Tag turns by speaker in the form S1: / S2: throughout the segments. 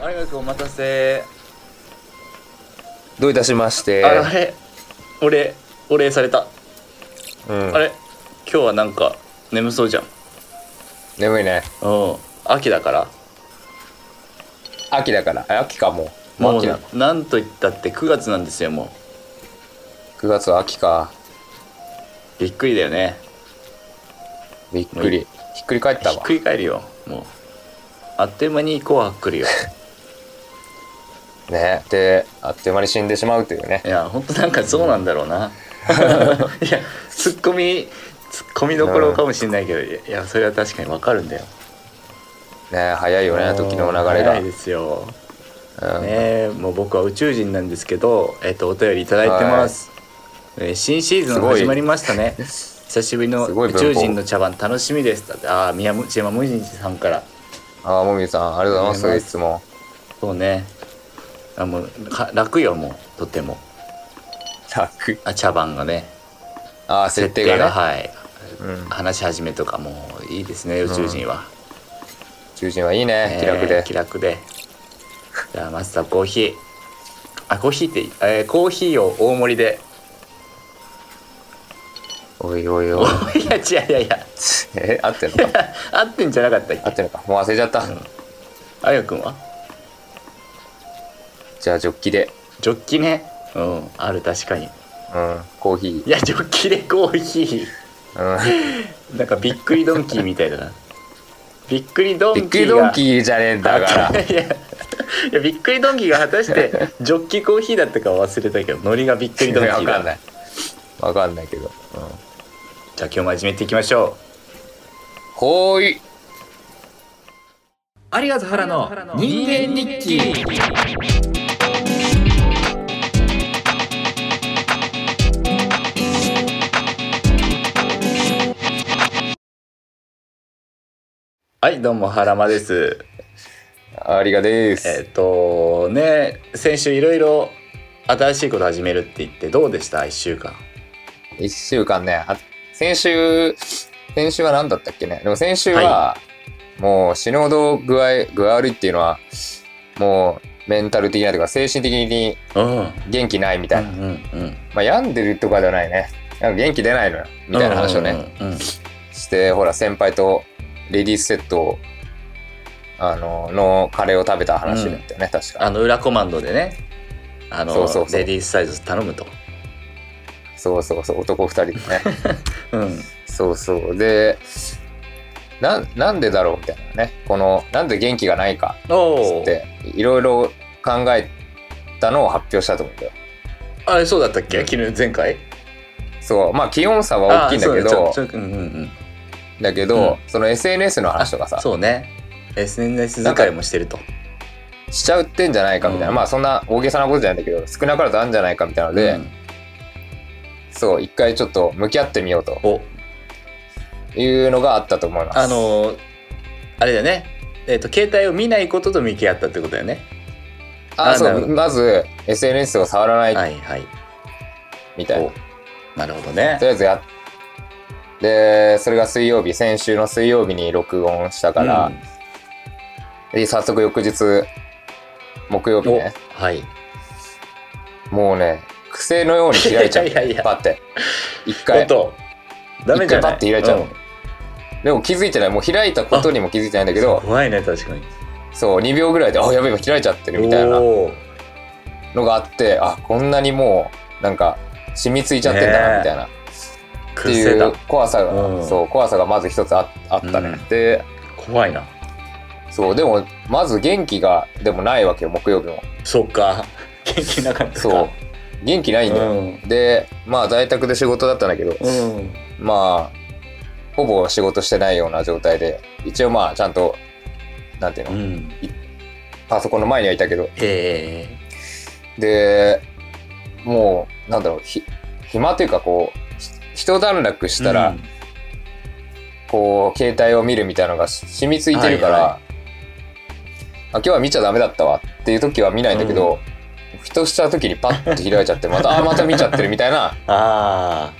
S1: 長くお待たせ
S2: どういたしまして。
S1: ああれお礼お礼された、
S2: うん
S1: あれ今日はなんか眠そうじゃん
S2: 眠いね。
S1: うん秋だから
S2: 秋だから。あ秋かもう。もう
S1: も
S2: 秋なの。
S1: うなんと言ったって9月なんですよも
S2: 9月は秋か。
S1: うびっくりだよね
S2: びっくり。ひっくり返っ
S1: ひ
S2: た
S1: っ
S2: わ
S1: く。り返るよもうあっという間に紅白来 るよ
S2: ね。で、あっという間に死んでしまうというね
S1: い。やほんとなんかそうなんだろう ないやツッコミツッコミどころかもしれないけどいやそれは確かにわかるんだよ
S2: ね早いよね、時の流れ
S1: 早
S2: が。
S1: いですよ
S2: うん
S1: ねえもう僕は宇宙人なんですけど、えっとお便りいただいてます、えー新シーズン
S2: すごい
S1: 始まりました ね久しぶりの
S2: すごい
S1: 宇
S2: 文
S1: 宙
S2: 法
S1: 人の茶番楽しみですだってああ宮本山もじさんから
S2: ああ、もみじさん、ありがとうござい
S1: あ
S2: ま
S1: り
S2: す、いつも。
S1: そうねあもうか楽よもうとても
S2: 楽。
S1: あ茶番がね
S2: ああ、設定がね。
S1: はい
S2: うん。
S1: 話し始めとかもういいですね宇宙人は、
S2: 中心はいいね、気楽
S1: えー
S2: で
S1: 気。楽でじゃあマスターコーヒーあコーヒーっていい、えーコーヒーを大盛りで
S2: おいおい おい。
S1: おいや違ういやいや
S2: え、合ってんのか
S1: 合ってんじゃなかったっ
S2: 合
S1: け
S2: ってんのか。もう忘れちゃった。
S1: あやくんは
S2: じゃあ、ジョッキで。
S1: ジョッキねうんある確かに
S2: うん。コーヒ
S1: いやジョッキでコーヒ
S2: ー。うん。
S1: ーなんかびっくりドンキーみたいだなびっくりドンキーが
S2: びっくりドンキーじゃねえんだから。
S1: いやいやびっくりドンキーが果たしてジョッキコーヒーだったかは忘れたけどノリがびっくりドンキ
S2: わ
S1: ーだ
S2: かんないわかんないけど、うん、
S1: じゃあ今日も始めていきましょう
S2: ほーい
S1: ありがとう原の人間日記はいどうも原間です
S2: ありがです、
S1: えっ、とね先週いろいろ新しいこと始めるって言ってどうでした1週間
S2: 一週間ねあ先週先週は何だったっけねでも先週は、もう死ぬほど具合具合悪いっていうのはもうメンタル的なというか精神的に
S1: うんうん
S2: 元気ないみ
S1: う
S2: たいな、
S1: んうん
S2: まあ、病んでるとかではないねなんか元気出ないのよみたいな話をね、
S1: うんうんうん
S2: してほら先輩とレディースセットをあののカレーを食べた話だったよね、確か
S1: あの裏コマンドでねあの
S2: そうそうそう
S1: レディースサイズ頼むと、
S2: そうそうそう男2人でね
S1: うん、
S2: そうそう。で、な、なんでだろうみたいなね。この、なんで元気がないか
S1: お
S2: っ
S1: お
S2: て、いろいろ考えたのを発表したと思うんだよ。
S1: あれそうだったっけ
S2: うん
S1: 昨日前回
S2: そう。まあ、気温差は大きいんだけ
S1: あそう
S2: ど
S1: ね、ちょちょうんうんうん
S2: だけ
S1: う
S2: ど
S1: ん、
S2: その SNS の話とかさ、
S1: そうね SNS 使いもしてると
S2: しちゃうってんじゃないかみたいな、
S1: うん
S2: まあ、そんな大げさなことじゃないんだけど、少なからずあるんじゃないかみたいなので、
S1: うん
S2: そう、一回ちょっと向き合ってみようと
S1: お
S2: いうのがあったと思います。
S1: あのーあれだよねえっ、と携帯を見ないことと向き合ったってことだよね
S2: あ、そ
S1: なるほ
S2: う、
S1: ど
S2: まず、SNS を触らない
S1: はいはい
S2: みたいな。
S1: おなるほどね
S2: とりあえずやっでそれが水曜日先週の水曜日に録音したから、
S1: うん
S2: で早速翌日木曜日
S1: お
S2: ね
S1: はい
S2: もうね癖のように開いちゃう
S1: いやいやいや
S2: パッて一
S1: おっ
S2: 回
S1: とダメじゃない
S2: 一回パッて開いちゃう
S1: うん
S2: でも気づいてないもう開いたことにも気づいてないんだけど
S1: 怖いね確かに
S2: そう2秒ぐらいで「あやべえ今開いちゃってる」みたいな
S1: おー
S2: のがあってあこんなにもうなんか染みついちゃってんだ
S1: ねえ
S2: なみたいな、って
S1: 癖
S2: い
S1: だ
S2: う怖さが、
S1: うん
S2: そう怖さがまず一つああったね、
S1: うん
S2: で
S1: 怖いな
S2: そうでもまず元気がでもないわけよ木曜日も
S1: そう か元気なかったか
S2: そう元気ないんだよ、
S1: ん
S2: でまあ在宅で仕事だったんだけど
S1: うん
S2: まあほぼ仕事してないような状態で一応まあちゃんとなんてい
S1: う
S2: うの、
S1: ん
S2: パソコンの前にはいたけど
S1: ええ
S2: でもうなんだろうひ暇というかこうひ一段落したら、
S1: うん
S2: こう携帯を見るみたいなのがし染みついてるから、
S1: はい
S2: あ今日は見ちゃダメだったわっていう時は見ないんだけど、ふとした時にパッと開いちゃってまたあまた見ちゃってるみたいな
S1: ああ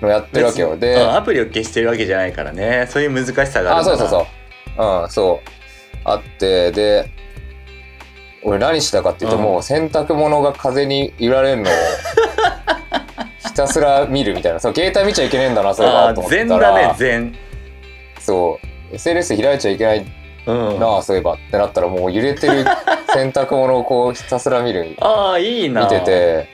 S2: のやってるわ けよで、
S1: うんアプリを消してるわけじゃないからねそういう難しさがあ
S2: あ
S1: るんだ
S2: そう
S1: な
S2: そうそううんそうあってで俺何したかっていうと、
S1: うん
S2: もう洗濯物が風に揺ら れるのをひたすら見るみたいなそう携帯見ちゃいけねえんだなそれ
S1: あ
S2: は
S1: あ
S2: と思っ
S1: 全
S2: てた
S1: だ
S2: ら
S1: ね全
S2: そう SNS 開いちゃいけない
S1: うん
S2: なあそういえばってなったらもう揺 れてる洗濯物をこうひたすら見る
S1: ああいいな
S2: 見てて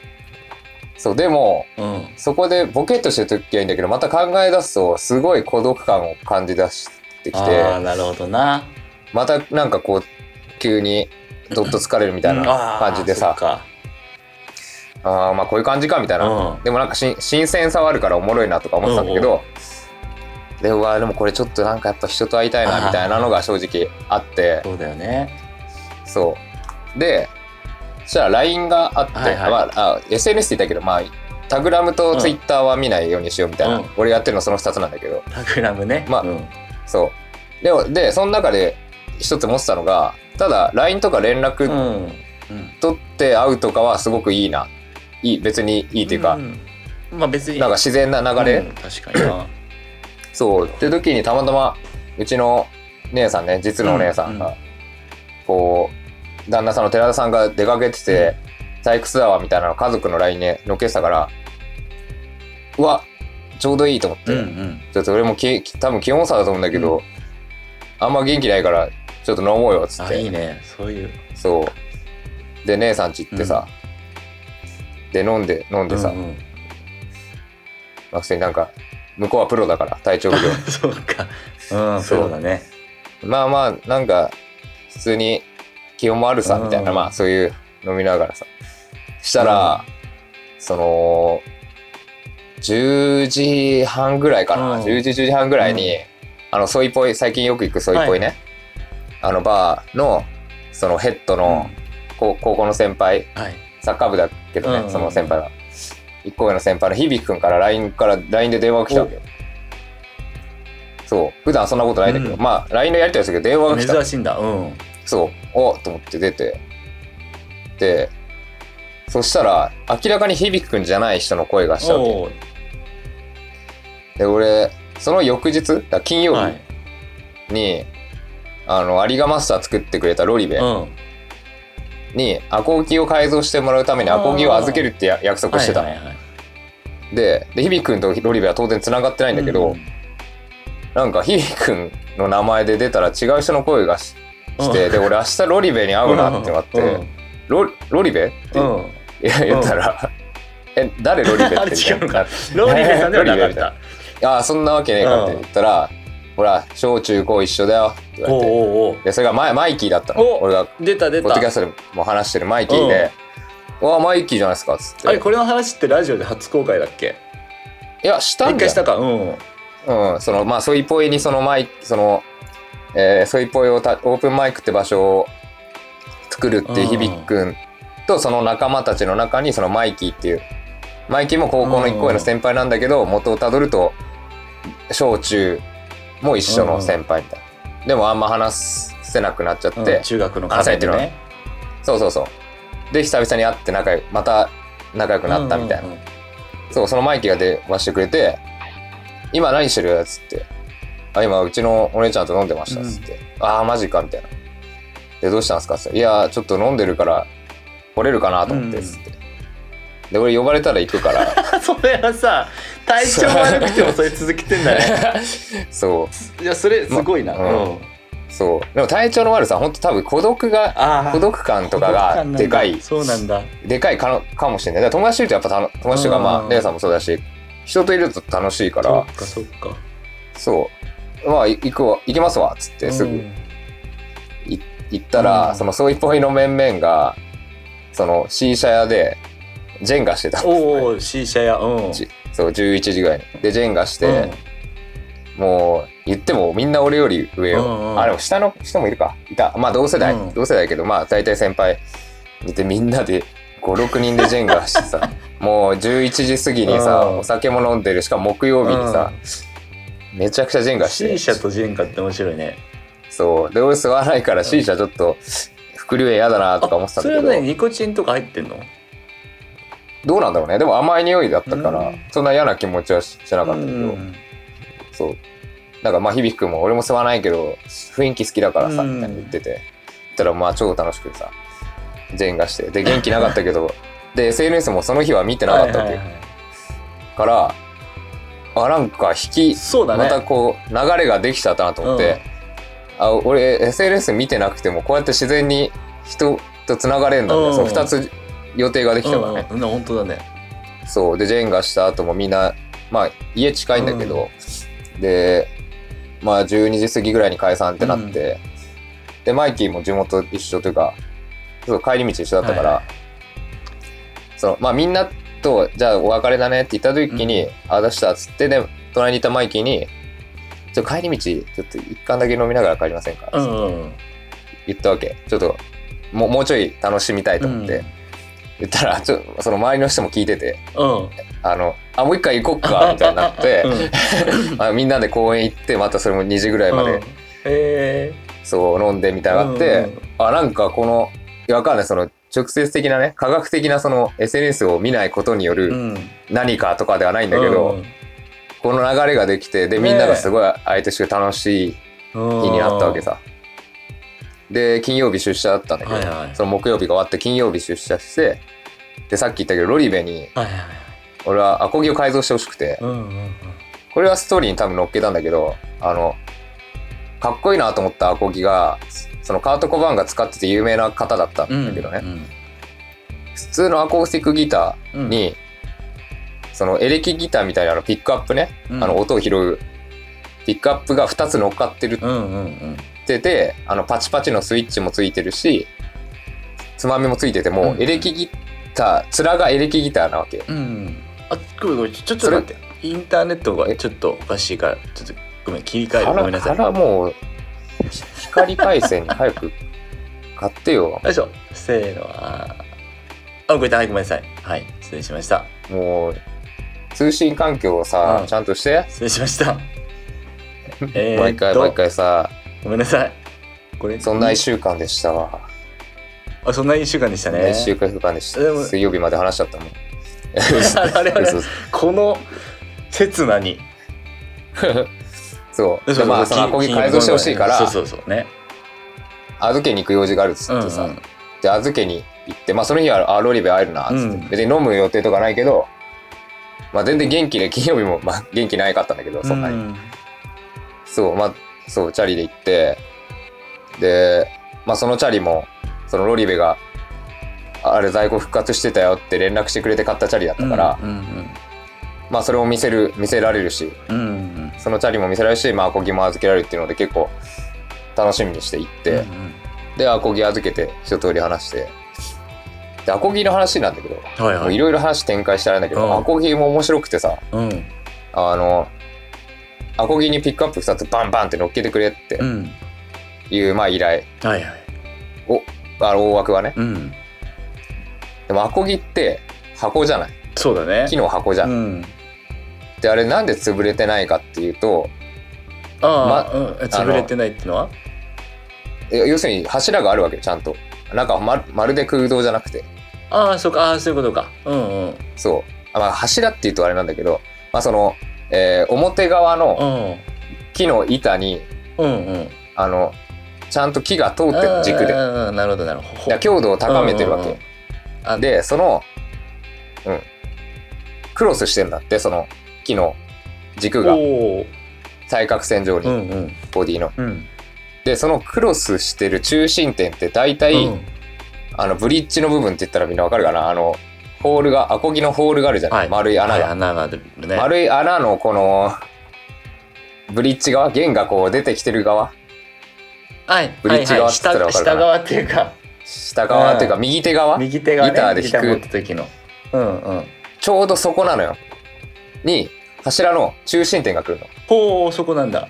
S2: そうでも
S1: うん
S2: そこでボケっとしてる時はいいんだけどまた考え出すとすごい孤独感を感じ出してきて
S1: ああなるほどな
S2: またなんかこう急にどっと疲れるみたいな感じでさ、
S1: うんあ
S2: ああまあこういう感じかみたいな、
S1: あ
S2: でもなんかし新鮮さはあるからおもろいなとか思ってたんだけど、でうわでもこれちょっとなんかやっぱ人と会いたいなみたいなのが正直あって
S1: そっかうんそうだよね
S2: そうでそしたら LINE があって、
S1: はいはい
S2: まあ、あ SNS って言ったけどまあタグラムと Twitter は見ないようにしようみたいな、
S1: うん
S2: 俺やってるのその2つなんだけど
S1: タグラムね
S2: まあ
S1: うん
S2: そうでもでその中で一つ持ってたのがただ LINE とか連絡
S1: うん
S2: 取って会うとかはすごくいいな。いい、別にいいというか、
S1: んまあ別に
S2: なんか自然な流れ、
S1: うん確かにな
S2: そう。って時にたまたま、うちの姉さんね、実のお姉さん
S1: う
S2: が、
S1: んう
S2: こう、旦那さんの寺田さんが出かけてて、退屈だわみたいなの家族の LINE でのけてたから、うわ、ちょうどいいと思って。
S1: うんうん
S2: ちょっと俺もき多分気温差だと思うんだけど、あんま元気ないから、ちょっと飲もうよ、つっ
S1: あ
S2: て。
S1: いいねそういう
S2: そう。で、姉さんち行ってさ、で、飲んで、飲んでさ、
S1: うんうん
S2: まあ普通になんか、向こうはプロだから、体調不良。
S1: そうかうん
S2: そう
S1: そうだね
S2: まあまあ、なんか、普通に気温もあるさ、
S1: うん
S2: みたいな、まあそういう飲みながらさ。したら、その、10時半ぐらいかな、
S1: うん
S2: 10時、10時半ぐらいに、あの、ソイポイ、最近よく行くソイポイね、あの、バーの、そのヘッドの、こう高校の先輩、
S1: はい
S2: サッカー部だけどね、
S1: うん
S2: その先輩が。一個上の先輩の響くんから LINE から LINE で電話が来たわけよ。そう。普段そんなことないんだけど、
S1: うん
S2: まあ LINE のやり取りするけど電話が来た。
S1: 珍しいんだうん
S2: そう。おっと思って出て。で、そしたら明らかに響くんじゃない人の声がしたわけ。
S1: おー
S2: で、俺、その翌日、だから金曜
S1: は
S2: 日
S1: い
S2: に、あの、有賀マスター作ってくれたロリベ
S1: うん
S2: に、アコーキを改造してもらうためにアコーキを預けるってや約束してたの
S1: はいはいはい
S2: で、で、ひびくんとロリベは当然繋がってないんだけど、
S1: うん
S2: なんかひびくんの名前で出たら違う人の声がしして、で、俺明日ロリベに会うなってなって、
S1: うん
S2: ロロリベって
S1: うんうん
S2: いや言ったら、え、誰ロリベって
S1: あれ 違うのか
S2: み
S1: ローリーベさんではなかっ
S2: ロ
S1: た
S2: たいなあー、そんなわけねえかって言ったら、ほら、小中高一緒だよって言
S1: お
S2: わ
S1: う
S2: れて。
S1: おうおう
S2: で、それがマイマイキーだったの。
S1: お
S2: 俺が、ポ
S1: 出た出
S2: ッド
S1: た
S2: キャストでも話してるマイキーで、わあ、マイキーじゃないですかっつって。
S1: あれこれの話ってラジオで初公開だっけ
S2: いや、した
S1: 一
S2: んだ
S1: 回
S2: よ
S1: したかうん
S2: うん、そのまあソイポイにそのマイその、えーソイポイをたオープンマイクって場所を作るってい
S1: うん
S2: う響くんとその仲間たちの中にそのマイキーっていうマイキーも高校の一個上の先輩なんだけど元をたどると小中も一緒の先輩みたいな。でもあんま話せなくなっちゃって、
S1: うん中学の課題でね
S2: そうそうそう。で久々に会って仲良くまた仲良くなったみたいな。
S1: うんうんうん
S2: そう、そのマイキーが電話してくれて、今何してるっつって。あ、今うちのお姉ちゃんと飲んでましたっつって。ああ、マジかみたいな。で、どうしたんですかっつって。いやー、ちょっと飲んでるから、来れるかなと思ってっつって。で、俺呼ばれたら行くから。
S1: それはさ体調悪くてもそれ続けてんだ ね
S2: そ
S1: いやそれすごいな、
S2: まうん
S1: うん
S2: う、そう。でも体調の悪さ、ほんと多分孤独が、
S1: あ
S2: 孤独感とかがでかい、
S1: そうなんだ
S2: でかいかのかもしれない。だから友達いるとやっぱたの友達とか、ま
S1: う
S2: あ、
S1: ん
S2: 姉さんもそうだし、人といると楽しいか
S1: そ
S2: ら
S1: っ、かそっか
S2: そう。まあ、い行くわ、行きますわっつって、す
S1: う
S2: ぐ
S1: ん
S2: い行ったら、
S1: うん
S2: そのソイポイの面々がその C 社屋でジェンガしてたんです
S1: おうおう C 社やうん
S2: じそう11時ぐらいにでジェンガして、もう言ってもみんな俺より上よ、
S1: うんうん
S2: あでも下の人もいるかいたまあ同世代、
S1: うん
S2: 同世代だけどまあ大体先輩でみんなで56人でジェンガし てさもう11時過ぎにさ、
S1: うん
S2: お酒も飲んでるしかも木曜日にさ、めちゃくちゃジェン
S1: うん、
S2: ガして
S1: C 社とジェンカって面白いね
S2: そうで俺座らないから C 社ちょっと副流煙嫌だなとか思ってたん
S1: そ
S2: だ
S1: れ
S2: け
S1: は
S2: ど
S1: ねニコチンとか入ってんの
S2: どうなんだろうねでも甘い匂いだったから、
S1: うん
S2: そんな嫌な気持ちはししなかったけ
S1: う
S2: ど、
S1: ん
S2: そうなんかまあ響くんも俺も吸わないけど雰囲気好きだからさ
S1: うん
S2: みたいに言ってて、言ったらまあ超楽しくてさ全がしてで元気なかった けどで SNS もその日は見てなかったっていう、
S1: はいはいはい
S2: からあなんか引き
S1: そうだね
S2: またこう流れができちゃったなと思って、あ俺 SNS 見てなくてもこうやって自然に人とつながれるんだね、
S1: うん
S2: その2つ予定ができたからね、
S1: うんうん、本当だね
S2: そうでジェンガした後もみんなまあ家近いんだけど、でまあ12時過ぎぐらいに解散ってなって、でマイキーも地元一緒というかそう帰り道一緒だったから、
S1: は
S2: そのまあみんなとじゃあお別れだねって言った時に、ああ出したっつってで隣にいたマイキーに「ちょ帰り道ちょっと一貫だけ飲みながら帰りませんか?」
S1: うんうん
S2: 言ったわけちょっともうもうちょい楽しみたいと思って、
S1: うん
S2: 言ったらちょその周りの人も聞いてて。
S1: うん
S2: あの、あ、もう一回行こっか、みたいに なって、
S1: うん
S2: あみんなで公園行って、またそれも2時ぐらいまで、
S1: うんえ
S2: そう、飲んでみたいなのがあって、
S1: うんうん
S2: あ、なんかこの、いやわかんない、その、直接的なね、科学的なその SNS を見ないことによ
S1: ーう
S2: る
S1: ん、
S2: 何かとかではないんだけど、この流れができて、で、みんながすごい相手して楽しい
S1: うん、
S2: 日になったわけさ。で、金曜日出社だったんだけど、
S1: はいはい
S2: その木曜日が終わって金曜日出社して、で、さっき言ったけど、ロリベに、
S1: はいはいはい
S2: 俺はアコギを改造してほしくて、
S1: うんうんうん
S2: これはストーリーに多分載っけたんだけど、あの、かっこいいなと思ったアコギが、そのカート・コバーンが使ってて有名な方だったんだけどね、
S1: うん
S2: 普通のアコースティックギタ
S1: う
S2: ー
S1: ん、
S2: に、そのエレキギターみたいなあのピックアップね、
S1: うん
S2: あの音を拾うピックアップが2つ乗っかってるっ
S1: うんうんうん
S2: てて、あのパチパチのスイッチもついてるし、つまみもついてても、
S1: うん
S2: エレキギター、面がエレキギターなわけ。
S1: うんあごめんごめんちょちょっと待ってインターネットがちょっとおかしいからちょっとごめん切り替えるごめんなさい
S2: からもう、光回線に早く買ってよ。
S1: よいしょせーのあーあごめんなさいごめんなさいはい失礼しました
S2: もう通信環境をさ、
S1: うん
S2: ちゃんとして、
S1: 失礼しました えーっと
S2: 毎回毎回さ
S1: ごめんなさいこれ
S2: そんな1週間でしたわ、
S1: あそんな一週間でした
S2: そんな
S1: ね
S2: 1週間1週間でした
S1: でも
S2: 水曜日まで話しちゃったもん
S1: あれあれ
S2: 嘘嘘
S1: この刹那に
S2: そうでまあそのアコギ改造してほしいから
S1: そうそうそうね
S2: 預けに行く用事があるっつってさ、
S1: うんうん
S2: で預けに行ってまあその日はあロリベ会えるなっつって、
S1: うん
S2: 別に飲む予定とかないけどまあ全然元気で金曜日も、まあ、元気ないかったんだけどそんなに、
S1: うん
S2: そう、まあ、そう、チャリで行って、で、まあ、そのチャリも、そのロリベが、あれ、在庫復活してたよって連絡してくれて買ったチャリだったから、
S1: うんうん
S2: まあ、それを見せる、見せられるし、
S1: うんうん
S2: そのチャリも見せられるし、まあ、アコギも預けられるっていうので、結構、楽しみにして行って、
S1: うんうん
S2: で、アコギ預けて、一通り話して、で、アコギの話なんだけど、
S1: はい
S2: も
S1: は
S2: うい
S1: い
S2: ろいろ話展開してあるんだけど、
S1: うん
S2: アコギも面白くてさ、
S1: うん
S2: あの、アコギにピックアップ2つバンバンって乗っけてくれって
S1: うん
S2: いう、まあ、依頼。
S1: はいはい
S2: おあの大枠はね
S1: うん
S2: でもアコギって箱じゃない
S1: そうだね
S2: 木の箱じゃん、
S1: うん
S2: であれなんで潰れてないかっていうと
S1: ああ、うん潰れてないってのは
S2: え要するに柱があるわけよちゃんとなんかままるで空洞じゃなくて
S1: ああそうかああそういうことかうんうん
S2: そうあ、まあ、柱っていうとあれなんだけど、まあそのえー表側
S1: う
S2: の
S1: ん
S2: 木の板に
S1: うんうん
S2: あのちゃんと木が通ってる軸でだ
S1: う
S2: か
S1: んうんうんなるほどなるほどほ
S2: ら強度を高めてるわけ、
S1: うんうんうんあ
S2: でそのうんクロスしてんだってその木の軸が
S1: おー
S2: 対角線上に、
S1: うんうん
S2: ボディの
S1: うん
S2: でそのクロスしてる中心点って大体、
S1: うん
S2: あのブリッジの部分って言ったらみんなわかるかなあのホールがアコギのホールがあるじゃない、
S1: はい
S2: 丸い穴
S1: はい
S2: が、
S1: 穴が出るね
S2: 丸い穴のこのブリッジ側弦がこう出てきてる側
S1: はい
S2: ブリッジ側って言ったら
S1: はいはい
S2: わ
S1: 下
S2: かるかな
S1: 下側っていうか
S2: 下側っていうか
S1: う
S2: 右手側、
S1: 右手がね
S2: ギターで弾く
S1: ギ持った時のうんうん
S2: ちょうどそこなのよに柱の中心点が来るの
S1: ほうそこなんだ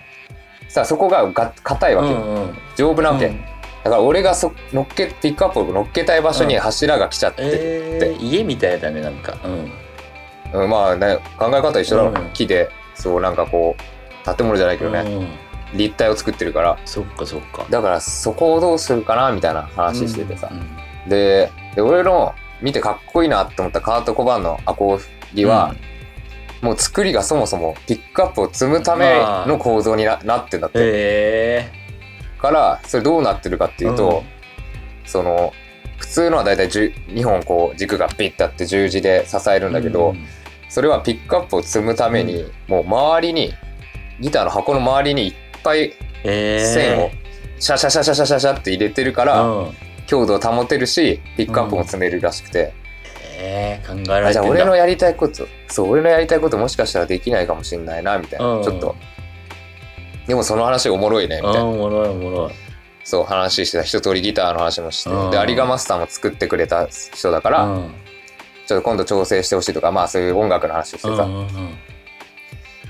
S2: さあそこがが硬いうわ
S1: ん
S2: けよ、
S1: うん
S2: 丈夫なわけ、
S1: うん
S2: だから俺がそ乗っけピックアップを乗っけたい場所に柱が来ちゃってる、
S1: えー家みたいだねなんかうん
S2: うん、まあね考え方一緒だろうね、
S1: うん
S2: 木でそうなんかこう建物じゃないけどね、
S1: うん
S2: 立体を作ってるから
S1: そっかそっか
S2: だからそこをどうするかなみたいな話しててさ、
S1: うん
S2: でで俺の見てかっこいいなって思ったカート・コバンのアコギは、もう作りがそもそもピックアップを積むための構造にななってんだって、
S1: え
S2: からそれどうなってるかっていうと、その普通のはだいたい2本こう軸がビッとあって十字で支えるんだけど、
S1: うん
S2: それはピックアップを積むために、もう周りにギターの箱の周りにいっぱい
S1: えー、
S2: 線をシャシャシャシャシャシャシャって入れてるから、
S1: うん
S2: 強度を保てるしピックアップも積めるらしくて、
S1: えー、考えら
S2: あ
S1: れ
S2: じ
S1: て
S2: ゃあ
S1: んだ
S2: 俺のやりたいことそう俺のやりたいこともしかしたらできないかもしれないなみたいな、
S1: うん
S2: ちょっとでもその話おもろいねみたいな、
S1: うんおもろいおもろい
S2: そう話してた一通りギターの話もして、
S1: うん
S2: で有賀マスターも作ってくれた人だから、
S1: うん
S2: ちょっと今度調整してほしいとかまあそういう音楽の話をしてさ、
S1: うんうんうん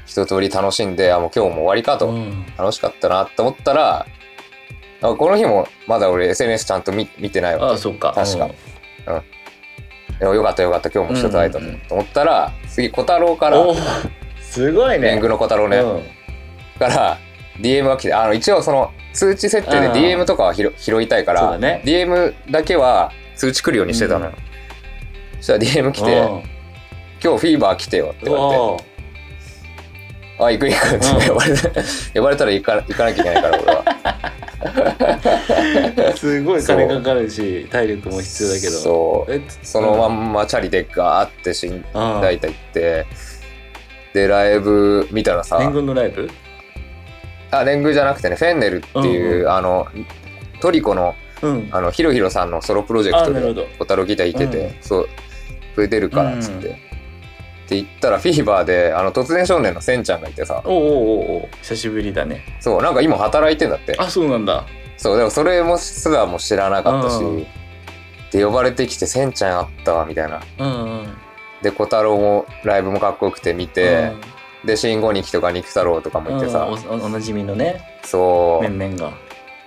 S2: 一通り楽しんであもう今日も終わりかと、
S1: うん
S2: 楽しかったなと思ったらあこの日もまだ俺 SNS ちゃんと見見てない
S1: あ
S2: わ
S1: あそっか
S2: 確かけよかったよかった今日も人と会えた
S1: うんうんうん
S2: と思ったら、次小太郎か
S1: うん、お
S2: ら
S1: おすごいね
S2: 年貢の小太郎ね、
S1: うん
S2: から DM が来てあの一応その通知設定で
S1: うん
S2: DM とかは拾拾いたいか
S1: そう
S2: ら、
S1: だね
S2: DM だけは通知来るようにしてたのよ、そしたら DM 来て
S1: うん
S2: 「今日フィーバー来てよ」って言われて
S1: おー
S2: 「あ行く行く」って呼ばれて、 呼ばれたら行か行かなきゃいけないから俺は
S1: すごい金かかるし体力 も必要だけど
S2: そう
S1: え
S2: そのまんまチャリでガーって死ん
S1: あ
S2: 大体行ってでライブ見たらさ
S1: 年軍のライブ
S2: あ年貢じゃなくてねフェンネルっていう、
S1: うんう
S2: あのトリコの
S1: うん
S2: あのヒロヒロさんのソロプロジェク
S1: あ
S2: ト
S1: なるほ
S2: で
S1: ど
S2: 小太郎ギターいてて、
S1: う
S2: そうそれ出るからっつって、
S1: うん
S2: って言ったらフィーバーであの突然少年のせんちゃんがいてさ
S1: おうおうおうおう久しぶりだね
S2: そうなんか今働いてんだって
S1: あそうなんだ
S2: そうでもそれもすらも知らなかったし、
S1: うん
S2: で呼ばれてきて「せんちゃんあったわ」みたいな
S1: うんうん
S2: で小太郎もライブもかっこよくて見て、で信号日記とか肉太郎とか
S1: う
S2: も
S1: ん
S2: いてさ、
S1: うんおおおなじみのね
S2: そう
S1: 面々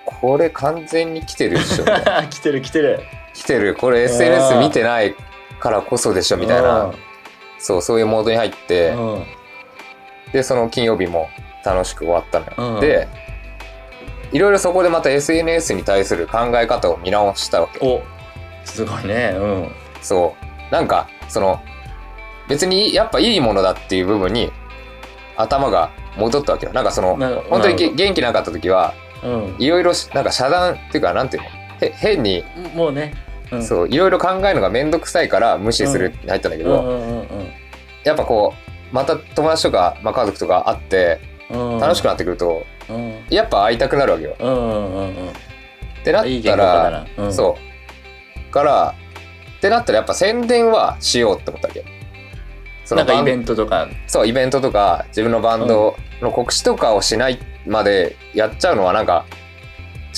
S2: これ完全に来てるで しょ
S1: が来てる来てる
S2: 来てるこれ SNS 見てないからこそでしょみたいなそうそういうモードに入って
S1: うんうん
S2: でその金曜日も楽しく終わったの
S1: う
S2: よ
S1: ん
S2: でいろいろそこでまた SNS に対する考え方を見直したわけ
S1: おすごいねうん
S2: そうなんかその別にやっぱいいものだっていう部分に頭が戻ったわけよなんかその
S1: な
S2: 本当に
S1: なる
S2: げ元気なかった時は
S1: ほど
S2: いろいろしなんか遮断っていうかなんていうのへ変に
S1: うんもうねうん
S2: そういろいろ考えるのが面倒くさいから無視するって入ったんだけ
S1: う
S2: ど、
S1: んうんうん
S2: やっぱこうまた友達とか、まあ、家族とか会って
S1: うん
S2: 楽しく
S1: な
S2: なってくると、
S1: うん
S2: やっぱ会いたくなるわけよ。
S1: うんうんうんうん
S2: ってなったら
S1: いい言語化だな、うん、
S2: そうからってなったらやっぱ宣伝はしようって思ったわけよ。そ
S1: な
S2: の
S1: んか
S2: バ
S1: イ
S2: ン
S1: ベントとか
S2: そうイベントとか自分のバンドの告知とかをしないまでやっちゃうのはなんか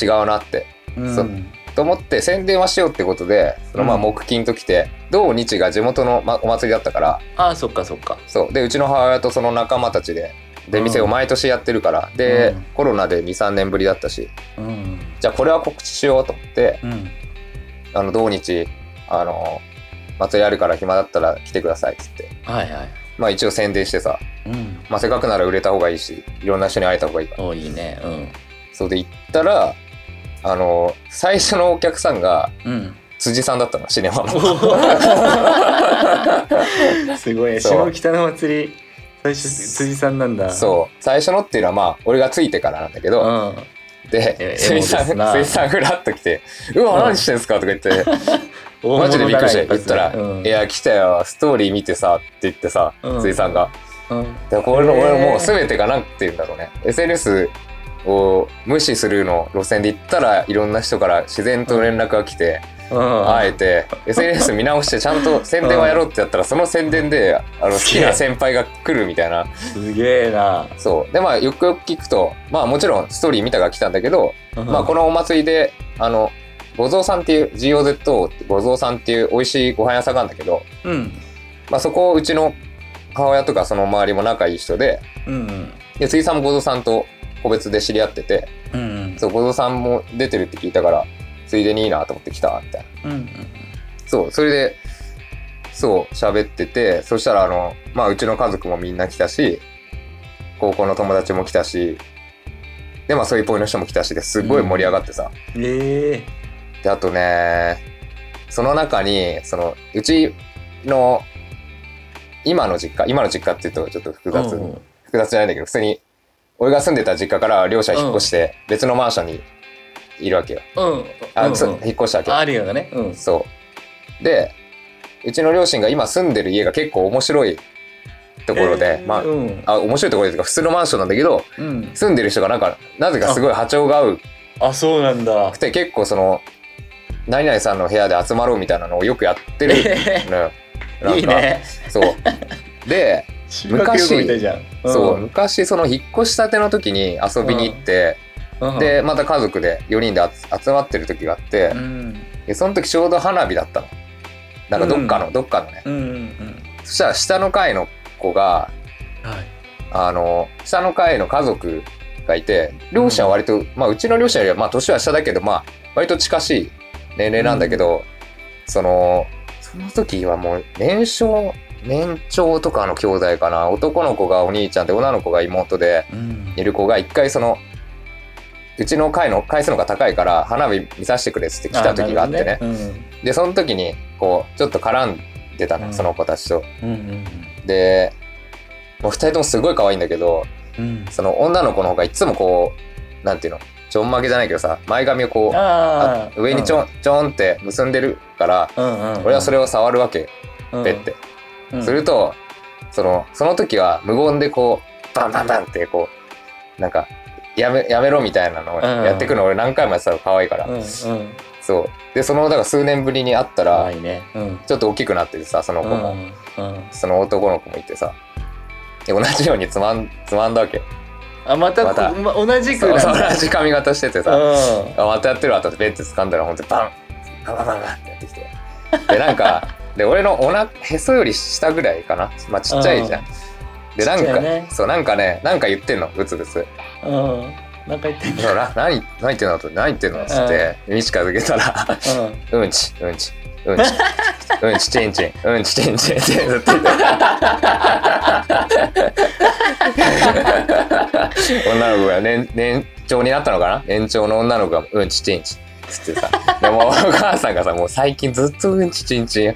S2: 違うなって。
S1: うん
S2: そうと思って宣伝はしようってことでそのまあ
S1: うん
S2: 木金と来て同日が地元のまお祭りだったから
S1: ああそっかそっか
S2: そうでうちの母親とその仲間たちで出店を毎年やってるから、で、
S1: うん
S2: コロナで23年ぶりだったし
S1: うん
S2: じゃあこれは告知しようと思って
S1: うん
S2: あの同日あの祭りあるから暇だったら来てくださいっつって
S1: はいはい
S2: まあ一応宣伝してさ、
S1: うん
S2: まあ、せっかくなら売れた方がいいしいろんな人に会えた方がいいから
S1: おいいね
S2: そうで行ったらあの最初のお客さんが
S1: うんうん
S2: 辻さんだったのシネマの
S1: すごいね
S2: そう
S1: 下北の祭り最初辻さんなんだ
S2: そう最初のっていうのはまあ俺がついてからなんだけど、
S1: うん
S2: で
S1: え、
S2: 水産、
S1: エモですな
S2: 水産フラッと来て、うわ、
S1: うん
S2: 何してんすかとか言 って、
S1: 大物だな
S2: マジでびっくりして、
S1: 一
S2: 言っ
S1: 発で
S2: たら、
S1: うん
S2: いや、来たよ、ストーリー見てさ、って言ってさ、
S1: うん
S2: 水産が。
S1: うん
S2: で、これの、
S1: へー
S2: 俺もう全てがなんて言うんだろうね。SNS を無視するの路線で言ったらいろんな人から自然と連絡が来て、
S1: うん
S2: 会えて SNS 見直してちゃんと宣伝はやろうってやったらその宣伝であの好
S1: す
S2: き
S1: げえ
S2: な先輩が来るみたいな
S1: すげえな
S2: そうでまあよくよく聞くとまあもちろんストーリー見たが来たんだけどまあ、こ
S1: の
S2: のお祭りで、あの、ごぞうさんっていう、GOZO ごぞうさんっていう美味しいご飯屋さんがあるんだけど、
S1: うん
S2: まあそこをうちの母親とかその周りも仲いい人で、
S1: うん
S2: で、杉さんもごぞうさんと個別で知り合ってて、
S1: うんうん
S2: そう、ごぞうさんも出てるって聞いたから、ついでにいいなと思って来た、みたい
S1: う
S2: な。
S1: んうん
S2: そう、それで、そう、喋ってて、そしたらあの、まあうちの家族もみんな来たし、高校の友達も来たし、で、まあそういうポイの人も来たしですっごい盛り上がってさ、
S1: え
S2: であとねその中にそのうちの今の実家今の実家って言うとちょっと複
S1: え
S2: 雑、
S1: うん
S2: 複雑じゃないんだけど普通に俺が住んでた実家から両者引っ越して別のマンションにいるわけよ。
S1: うん
S2: あ、
S1: うん
S2: そ
S1: う
S2: う
S1: ん
S2: 引っ越したわけ
S1: あリアがねうん
S2: そう。で、うちの両親が今住んでる家が結構面白いところで、
S1: えー
S2: ま
S1: うん
S2: あ、あ、面白いところでというか普通のマンションなんだけど、
S1: うん
S2: 住んでる人がなんか、なぜかすごい波長が合う
S1: あそうなんだ
S2: くて、結構その、何々さんの部屋で集まろうみたいなのをよくやってる
S1: え
S2: のよ。
S1: ーいいね
S2: そう。で、
S1: 修学旅行みたいじゃん
S2: そう、昔その引っ越したての時に遊びに行って、
S1: うんうん
S2: で、また家族で4人で集集まってる時があって
S1: う、ん
S2: でその時ちょうど花火だったの。なんかどっかの、
S1: う
S2: どっかのね。
S1: うんうんうん
S2: そしたら下の階の子が、
S1: はい
S2: あの、下の階の家族がいて、両親は割と、まあうちの両親よりは、まあ年は下だけど、まあ割と近しい年齢なんだけど、その、その時はもう年少、年長とかの兄弟かな。男の子がお兄ちゃんで女の子が妹で、
S1: うん
S2: いる子が一回その、うちの階の回数の方が高いから花火見させてくれっつって来た時があってね。
S1: なるほどね
S2: で、その時に、こう、ちょっと絡んでたの、
S1: うん
S2: その子たちと。
S1: うんうん
S2: で、もう二人ともすごい可愛いんだけど、
S1: うん
S2: その女の子の方がいつもこう、なんていうの、ちょんまげじゃないけどさ、前髪をこう、
S1: あ
S2: あ上にちょん、ちょんって結んでるから、俺はそれ
S1: を
S2: を触るわけ、ペって。すると、その、その時は無言でこう、バンバンバンってこう、なんか、やめ、やめろみたいなのをやってくの俺何回もやってたの可愛いから。
S1: か
S2: そう。で、その、だから数年ぶりに会ったら
S1: わ、いいねうん
S2: ちょっと大きくなっててさ、その子
S1: う
S2: も。
S1: んうん
S2: その男の子もいてさ。で、同じようにつまん、つまんだわけ。
S1: あまた
S2: また
S1: こま同じく
S2: そう
S1: なん
S2: そう
S1: だ
S2: 同じ髪型しててさ、
S1: う
S2: あまたやってるわと思ってベッて掴んだらほんとにバンバンバンバンバンってやってきて。で、な んか、で、俺のおな、へそより下ぐらいかな。まあちっちゃいじゃん。で、なん
S1: ちっちゃ
S2: か、
S1: いね
S2: そう、なんかね、なんか言ってんの、ブツブツ。
S1: んうんなんか言ってん
S2: で
S1: だ
S2: もな、何、何言ってんのと、何言ってんのっつって、耳近づけたら、
S1: うん
S2: うんち、うんち、うんち、うんち、ちんちん、うんち、ちんちんってずっと言って。女の子が年年長になったのかな年長の女の子がうんち、ちんちん。つってさ。でもお母さんがさ、もう最近ずっとうんち、ちんちん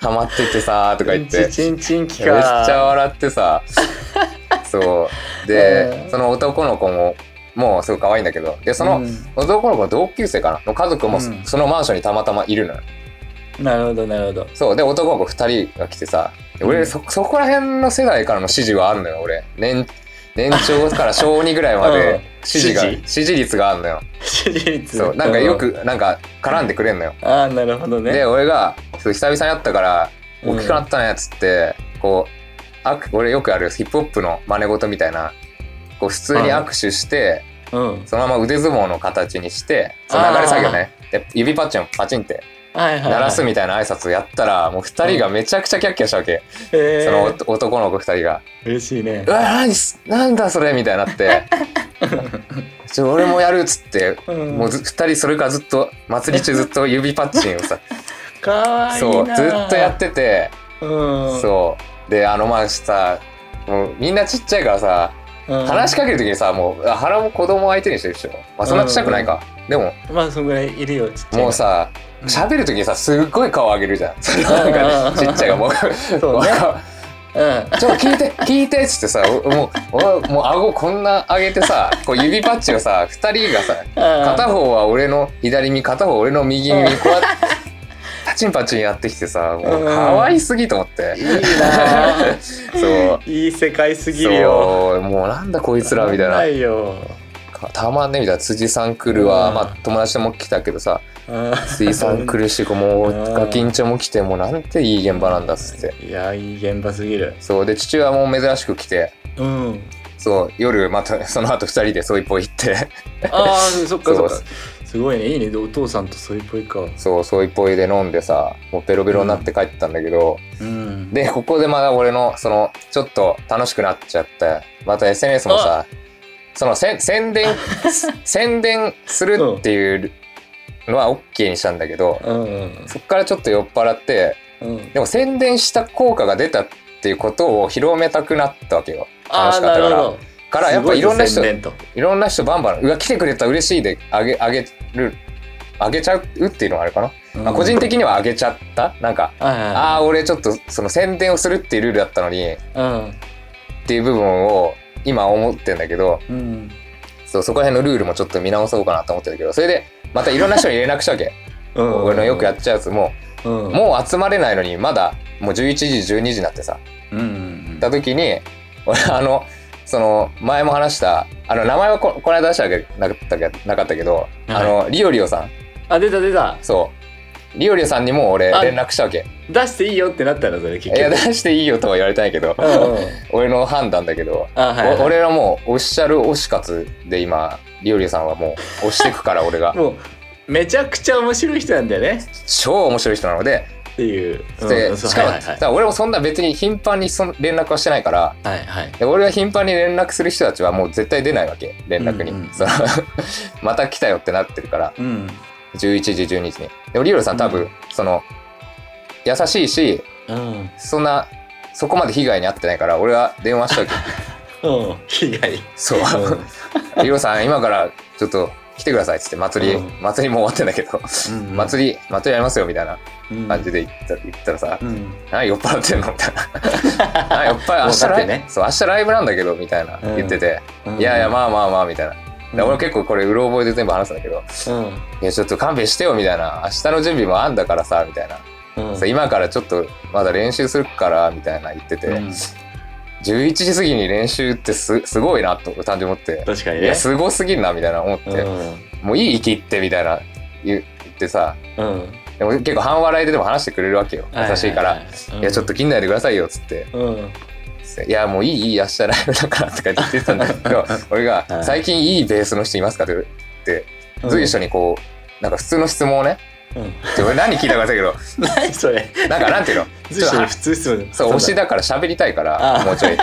S2: ハマっててさ、とか言って。
S1: う
S2: め
S1: ん
S2: っ
S1: ち
S2: ち
S1: ちんちんきか
S2: ゃ笑ってさ。そう。で
S1: う、ん
S2: その男の子も、もうすごい可愛いんだけど。で、その、
S1: うん
S2: 男の子の同級生かなの家族も
S1: うん
S2: そのマンションにたまたまいるのよ。
S1: なるほどなるほど
S2: そう。で、男の子2人が来てさ、で俺、
S1: うん
S2: そ、そこら辺の世代からの支持はあるのよ、俺。年、年長から小2ぐらいま
S1: う
S2: で
S1: ん
S2: 支持が、
S1: 支持
S2: 支持率があるのよ。
S1: 支持率
S2: そう。なんかよく、なんか絡んでくれんのよ。
S1: うんああなるほどね
S2: で、俺が、そう久々に会ったから、大きくなったね、つって、こう、あく俺よくあるヒップホップの真似事みたいな、こう、普通に握手して、
S1: うん
S2: そのまま腕相撲の形にして、その流れ作業ね。で、指パッチンをパチンって
S1: はいはいはい
S2: 鳴らすみたいな挨拶をやったら、もう二人がめちゃくちゃキャッキャしたわけ。
S1: え
S2: そ
S1: ー
S2: のお男の子二人が
S1: 嬉しいね
S2: 「うわ何すなんだそれ」みたいになって 「ちょ俺もやる」っつって、
S1: うん
S2: もうず二人それからずっと祭り中ずっと指パッチンをさ
S1: かわいいな
S2: そうずっとやってて、
S1: うん
S2: そうであのまあさもうみんなちっちゃいからさ
S1: うん
S2: 話しかける時にさもうあ原も子供相手にしてるでしょ、まあ、そんなちっちゃくないか、でも
S1: まあそんぐらいいるよちっちゃい
S2: もうさ
S1: うん
S2: 喋る時にさすっごい顔上げるじゃんそれなんかねちっちゃいがもう
S1: そうねうん
S2: ちょっと聞いて 聞いてっつってさおもうおもう顎こんな上げてさこう指パッチンをさ2人がさ片
S1: 片
S2: 方は俺の左耳片方は俺の右耳こう やってパチンパチンやってきてさもう可愛すぎと思って
S1: いいなあ
S2: そう
S1: いい世界すぎるよ
S2: そうもうなんだこいつらみたい
S1: な
S2: ない
S1: よ
S2: たまんねみたいな辻さん来るわ
S1: うん
S2: まあ友達とも来たけどさ
S1: うん
S2: 辻さん来るしもうガキンチョも来てもうなんていい現場なんだっつって
S1: いやいい現場すぎる
S2: そうで父親も珍しく来て
S1: うん
S2: そう夜またその後二人でソイポ行って
S1: ああそっかそっか
S2: そう
S1: すごいねいいねでお父さんとそういうぽいか
S2: そうソイポイで飲んでさもうベロベロになって帰ってたんだけど、
S1: うん
S2: でここでまだ俺のそのちょっと楽しくなっちゃってまた SNS もさそのせん宣伝 宣伝するっていうのは OK にしたんだけど、
S1: うんうん
S2: そっからちょっと酔っ払って
S1: うん
S2: でも宣伝した効果が出たっていうことを広めたくなったわけよ
S1: あ
S2: 楽し
S1: あ
S2: かった
S1: な
S2: か
S1: るほ
S2: ら
S1: ど
S2: からやっぱいろんな
S1: す
S2: 人
S1: ごい宣伝と
S2: いろんな人バンバン「うわ来てくれた嬉しい」であげあげるあげちゃうっていうのがあるかな、まあ個人的にはあげちゃったなんかあ
S1: あ
S2: あ俺ちょっとその宣伝をするっていうルールだったのにっ
S1: あ
S2: ていう部分を今思ってんだけど
S1: うんうん
S2: そうそこら辺のルールもちょっと見直そうかなと思ってるけどそれでまたいろんな人に連絡したわけ
S1: うん
S2: 俺のよくやっちゃうやつも
S1: うん
S2: もう集まれないのにまだもう11時12時になってさ
S1: うんうん
S2: 行った時に俺あのその前も話したあの名前はここの間出したわけなかったけなかったけど、あのリオリオさん
S1: あ出た出た
S2: そうリオリオさんにも俺
S1: あ
S2: 連絡したわけ
S1: 出していいよってなったのそれ
S2: い
S1: 結局
S2: や出していいよとは言われたんやけど
S1: うんうん
S2: 俺の判断だけど、
S1: あはいはい
S2: お俺らもうオフィシャル推し活で今リオリオさんはもう推してく から俺が
S1: もうめちゃくちゃ面白い人なんだよね
S2: 超面白い人なので
S1: っていう、
S2: で
S1: うんそう
S2: しかも、
S1: はいはい
S2: だから俺もそんな別に頻繁にその連絡はしてないから
S1: はいはい
S2: で俺が頻繁に連絡する人たちはもう絶対出ないわけ連絡に、
S1: うんうん
S2: その また来たよってなってるから
S1: うん
S2: 11時12時にでもリオリオさん多分、
S1: うん
S2: その優しいし
S1: うん
S2: そんな、そこまで被害に遭ってないから、俺は電話した わけど、
S1: うん被害
S2: そう。リロさん、今からちょっと来てくださいっつって、祭り、
S1: うん
S2: 祭りもう終わってんだけど、
S1: うん
S2: 祭り、祭りありますよみたいな
S1: うん
S2: 感じで言った言ったらさ、
S1: うん
S2: 何酔っ払ってんのみたい な。何酔っ払い、明日
S1: もうだっ
S2: ラ
S1: て
S2: イブ、
S1: ね
S2: そう、明日ライブなんだけど、みたいな
S1: うん
S2: 言ってて、
S1: うん
S2: いやいや、まあまあまあ、みたいな。で
S1: うん
S2: 俺結構これ、うろ覚えで全部話すんだけど、いや、ちょっと勘弁してよ、みたいな。明日の準備もあんだからさ、みたい
S1: う
S2: な。
S1: んうん
S2: そう今からちょっと、まだ練習するから、みたいな言ってて。
S1: うん
S2: 11時過ぎに練習ってすすごいなと単純に思って、
S1: 確かに
S2: いや
S1: ね
S2: すごすぎるなみたいな思って、
S1: う
S2: もういい息ってみたいな言う言ってさ
S1: んうん
S2: でも結構半笑いででも話してくれるわけよ優しいから「い
S1: ははは
S2: やちょっと切んないでくださいよ」っつって
S1: うん
S2: 「いやもういいいい明日ライブだから」とか言ってたんだけど俺が
S1: は
S2: 「
S1: い
S2: 最近いいベースの人いますか?」って
S1: うん
S2: 随所にこうなんか普通の質問をね
S1: うん
S2: で俺何聞いたかだけど
S1: 何それ
S2: なんかなんていうの
S1: 随所に普通質問
S2: そう推しだから喋りたいから
S1: あ
S2: もうちょい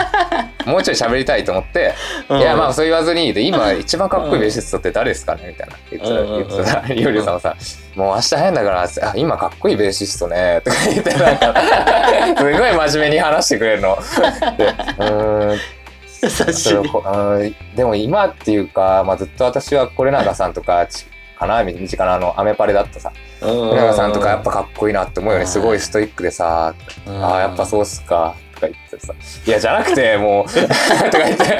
S2: もうちょい喋りたいと思って。いやまあそう言わずにで今一番かっこいいベーシストって誰ですかねみたいな言ってた
S1: うんうん
S2: 言ってたらゆりおさんはさ「もう明日早いんだからあ今かっこいいベーシストね」とか言ってなんか すごい真面目に話してくれるの。でうーん
S1: 優しい
S2: そうう ーんでも今っていうか、まあ、ずっと私はこれながさんとかちかな身近なあのアメパレだったさこれながさんとかやっぱかっこいいなって思うよねすごいストイックでさああやっぱそうっすかとか言ってさ「いやじゃなくて もう」とか言って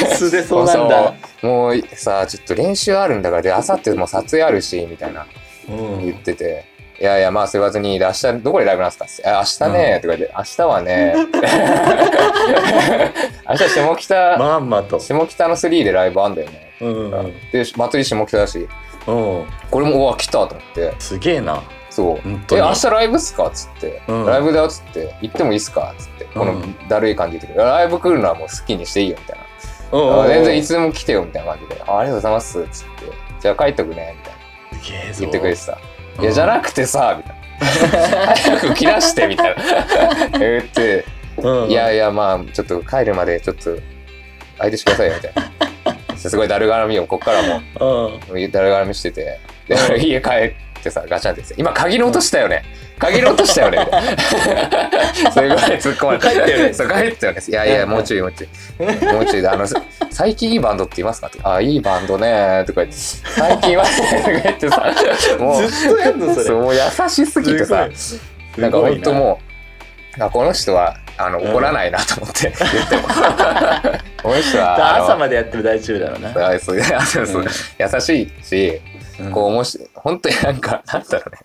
S1: うん素でそうなんだ
S2: そうもうさちょっと練習あるんだからであさってもう撮影あるしみたいな
S1: うん
S2: 言ってて。いやいや、まあ、そう言わずに、で明日、どこでライブなんですかあ明日ね、とか言って、明日 はね、明日下北、
S1: まんまと
S2: 下北の3でライブあんだよね。
S1: うんうん
S2: で、祭り下北だし、
S1: うん
S2: これも、うわ、来たと思って、
S1: すげえな
S2: そう。
S1: 本当
S2: え、
S1: に
S2: 明日ライブっすかっつって、
S1: うん
S2: ライブだよっつって、行ってもいいっすかっつって、こ
S1: う
S2: の
S1: ん
S2: だるい感じで言ってくるライブ来るのはもう好きにしていいよ、みたい
S1: う
S2: な。
S1: ん
S2: あ全然いつでも来てよみたいな感じで「あありがとうございます」っつって「じゃあ書いとくね」みたいな
S1: すげえぞ
S2: 言ってくれてさ「いや
S1: うん
S2: じゃなくてさ」みたいな。早く切らしてみた いな言って「
S1: うん
S2: いやいやまあちょっと帰るまでちょっと相手してくださいよ」みたいな すごいだるがらみをこっからも
S1: うん
S2: だるがらみしててで俺家帰ってさガチャンってして今鍵の音したよね鍵の音し たよね」みたいなすごい突っ込まれて
S1: 帰ったよね
S2: そう帰ったよねいやいやもうちょいもうちょいもうちょいで、あの、最近いいバンドって言いますかって、あ、いいバンドねとか言って、最近はねとか言ってさ、もう、
S1: ずっとやんのそれ
S2: そうもう優しすぎてさ、
S1: すごい
S2: なんか本当
S1: すごい
S2: もう、あこの人は、あの、
S1: うん
S2: 怒らないなと思って、言っても。この人
S1: な
S2: は、あの
S1: 朝までやっても大丈夫だろうな
S2: あそうあそうそう
S1: うん
S2: 優しいし、
S1: うん
S2: こう、もし、本当になんか、 なんだろ うね。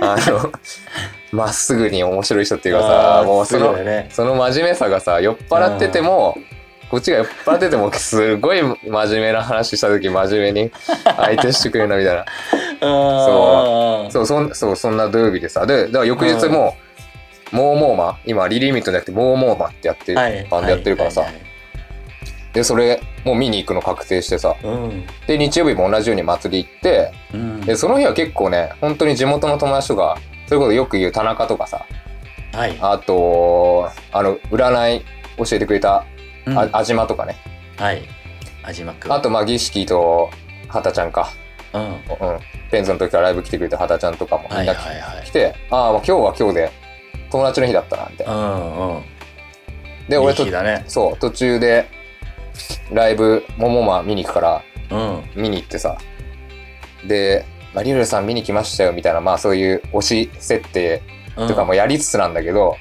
S2: あの、まっすぐに面白い人っていうか
S1: あ
S2: さ、
S1: ー
S2: もうそ
S1: そ
S2: の
S1: うだ、よね
S2: その真面目さがさ酔っ払ってても、こっちが酔っ払っててもすごい真面目な話した時真面目に相手してくれるなみたい な
S1: そ
S2: そうそんそうそんな土曜日でさでだから翌日も、モーモーマン今リリーミットじゃなくてモーモーマンってやってる、
S1: はい
S2: バンドやってるからさ、
S1: はいはい
S2: でそれもう見に行くの確定してさ
S1: はい
S2: で日曜日も同じように祭り行って
S1: うん
S2: でその日は結構ね本当に地元の友達とかそれこそよく言う田中とかさ
S1: はい
S2: あとあの占い教えてくれた、
S1: うん
S2: あ安島とかね
S1: はい味まく
S2: あと、まあ、儀式と、はたちゃんか。
S1: うん
S2: うん。ペンズの時からライブ来てくれたはたちゃんとかも、み
S1: は
S2: ん
S1: い
S2: な
S1: はいは
S2: 来
S1: い
S2: て、ああ、まあ今日は今日で、友達の日だったな、みたいうな。
S1: んうん
S2: で、俺と
S1: いい日、だね
S2: そう、途中で、ライブ、ももま見に行くから、
S1: うん
S2: 見に行ってさ。で、まあ、リュウレイさん見に来ましたよ、みたいな、まあそういう推し設定とかもやりつつなんだけど、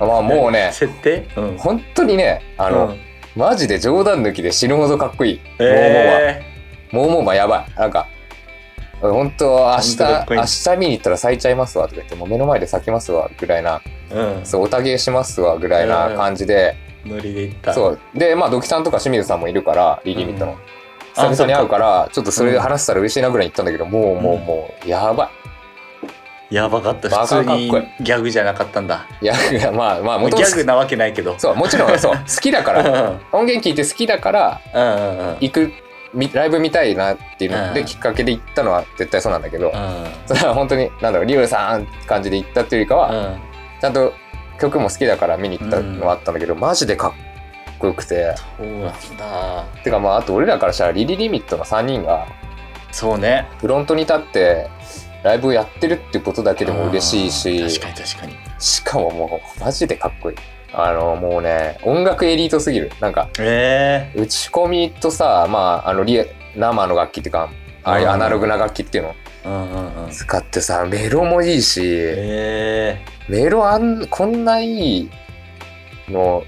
S2: まあもうね、
S1: 設定うん
S2: 本当にね、あの、マジで冗談抜きで死ぬほどかっこいい。もうもうま
S1: え
S2: もうもうまやばい。なんか、本当明
S1: 本当かっ
S2: 日
S1: こいい
S2: 明日見に行ったら咲いちゃいますわとか言ってもう目の前で咲きますわぐらいな
S1: うん
S2: そうおたげしますわぐらいな感じで、
S1: ノリで行った
S2: そうでまあドキさんとか清水さんもいるからリリミット
S1: う
S2: の、
S1: んあ
S2: 久々に会うからちょっとそれで話したら嬉しいなぐらいに言ったんだけど、もうもうもうやば
S1: やばかった
S2: バカ
S1: 普通
S2: かっこいい
S1: にギャグじゃなかったんだ
S2: いいやいやまあまあ
S1: ギ
S2: もともと
S1: ャグなわけないけど
S2: そうもちろんそう好きだか
S1: うんう
S2: ら
S1: ん
S2: 音源聞いて好きだから
S1: うんうん
S2: 行くみライブ見たいなっていうの
S1: う
S2: で
S1: ん
S2: きっかけで行ったのは絶対そうなんだけど、
S1: うん
S2: それは本当になんだろうリオさんって感じで行ったっていうよりかは、
S1: うん
S2: ちゃんと曲も好きだから見に行ったのはあったんだけど、マジでかっこよくて
S1: そうなんだ
S2: てかまああと俺らからしたらリリリミットの3人が
S1: そうね
S2: フロントに立ってライブをやってるってことだけでも嬉しい
S1: うん
S2: し
S1: 確かに確かに
S2: しかももうマジでかっこいいあのもうね音楽エリートすぎるなんか
S1: え
S2: 打ち込みとさまああのリア生の楽器っていうかああいうアナログな楽器っていうのを
S1: えうんうんうん
S2: 使ってさメロもいいし
S1: え
S2: メロあんこんないいの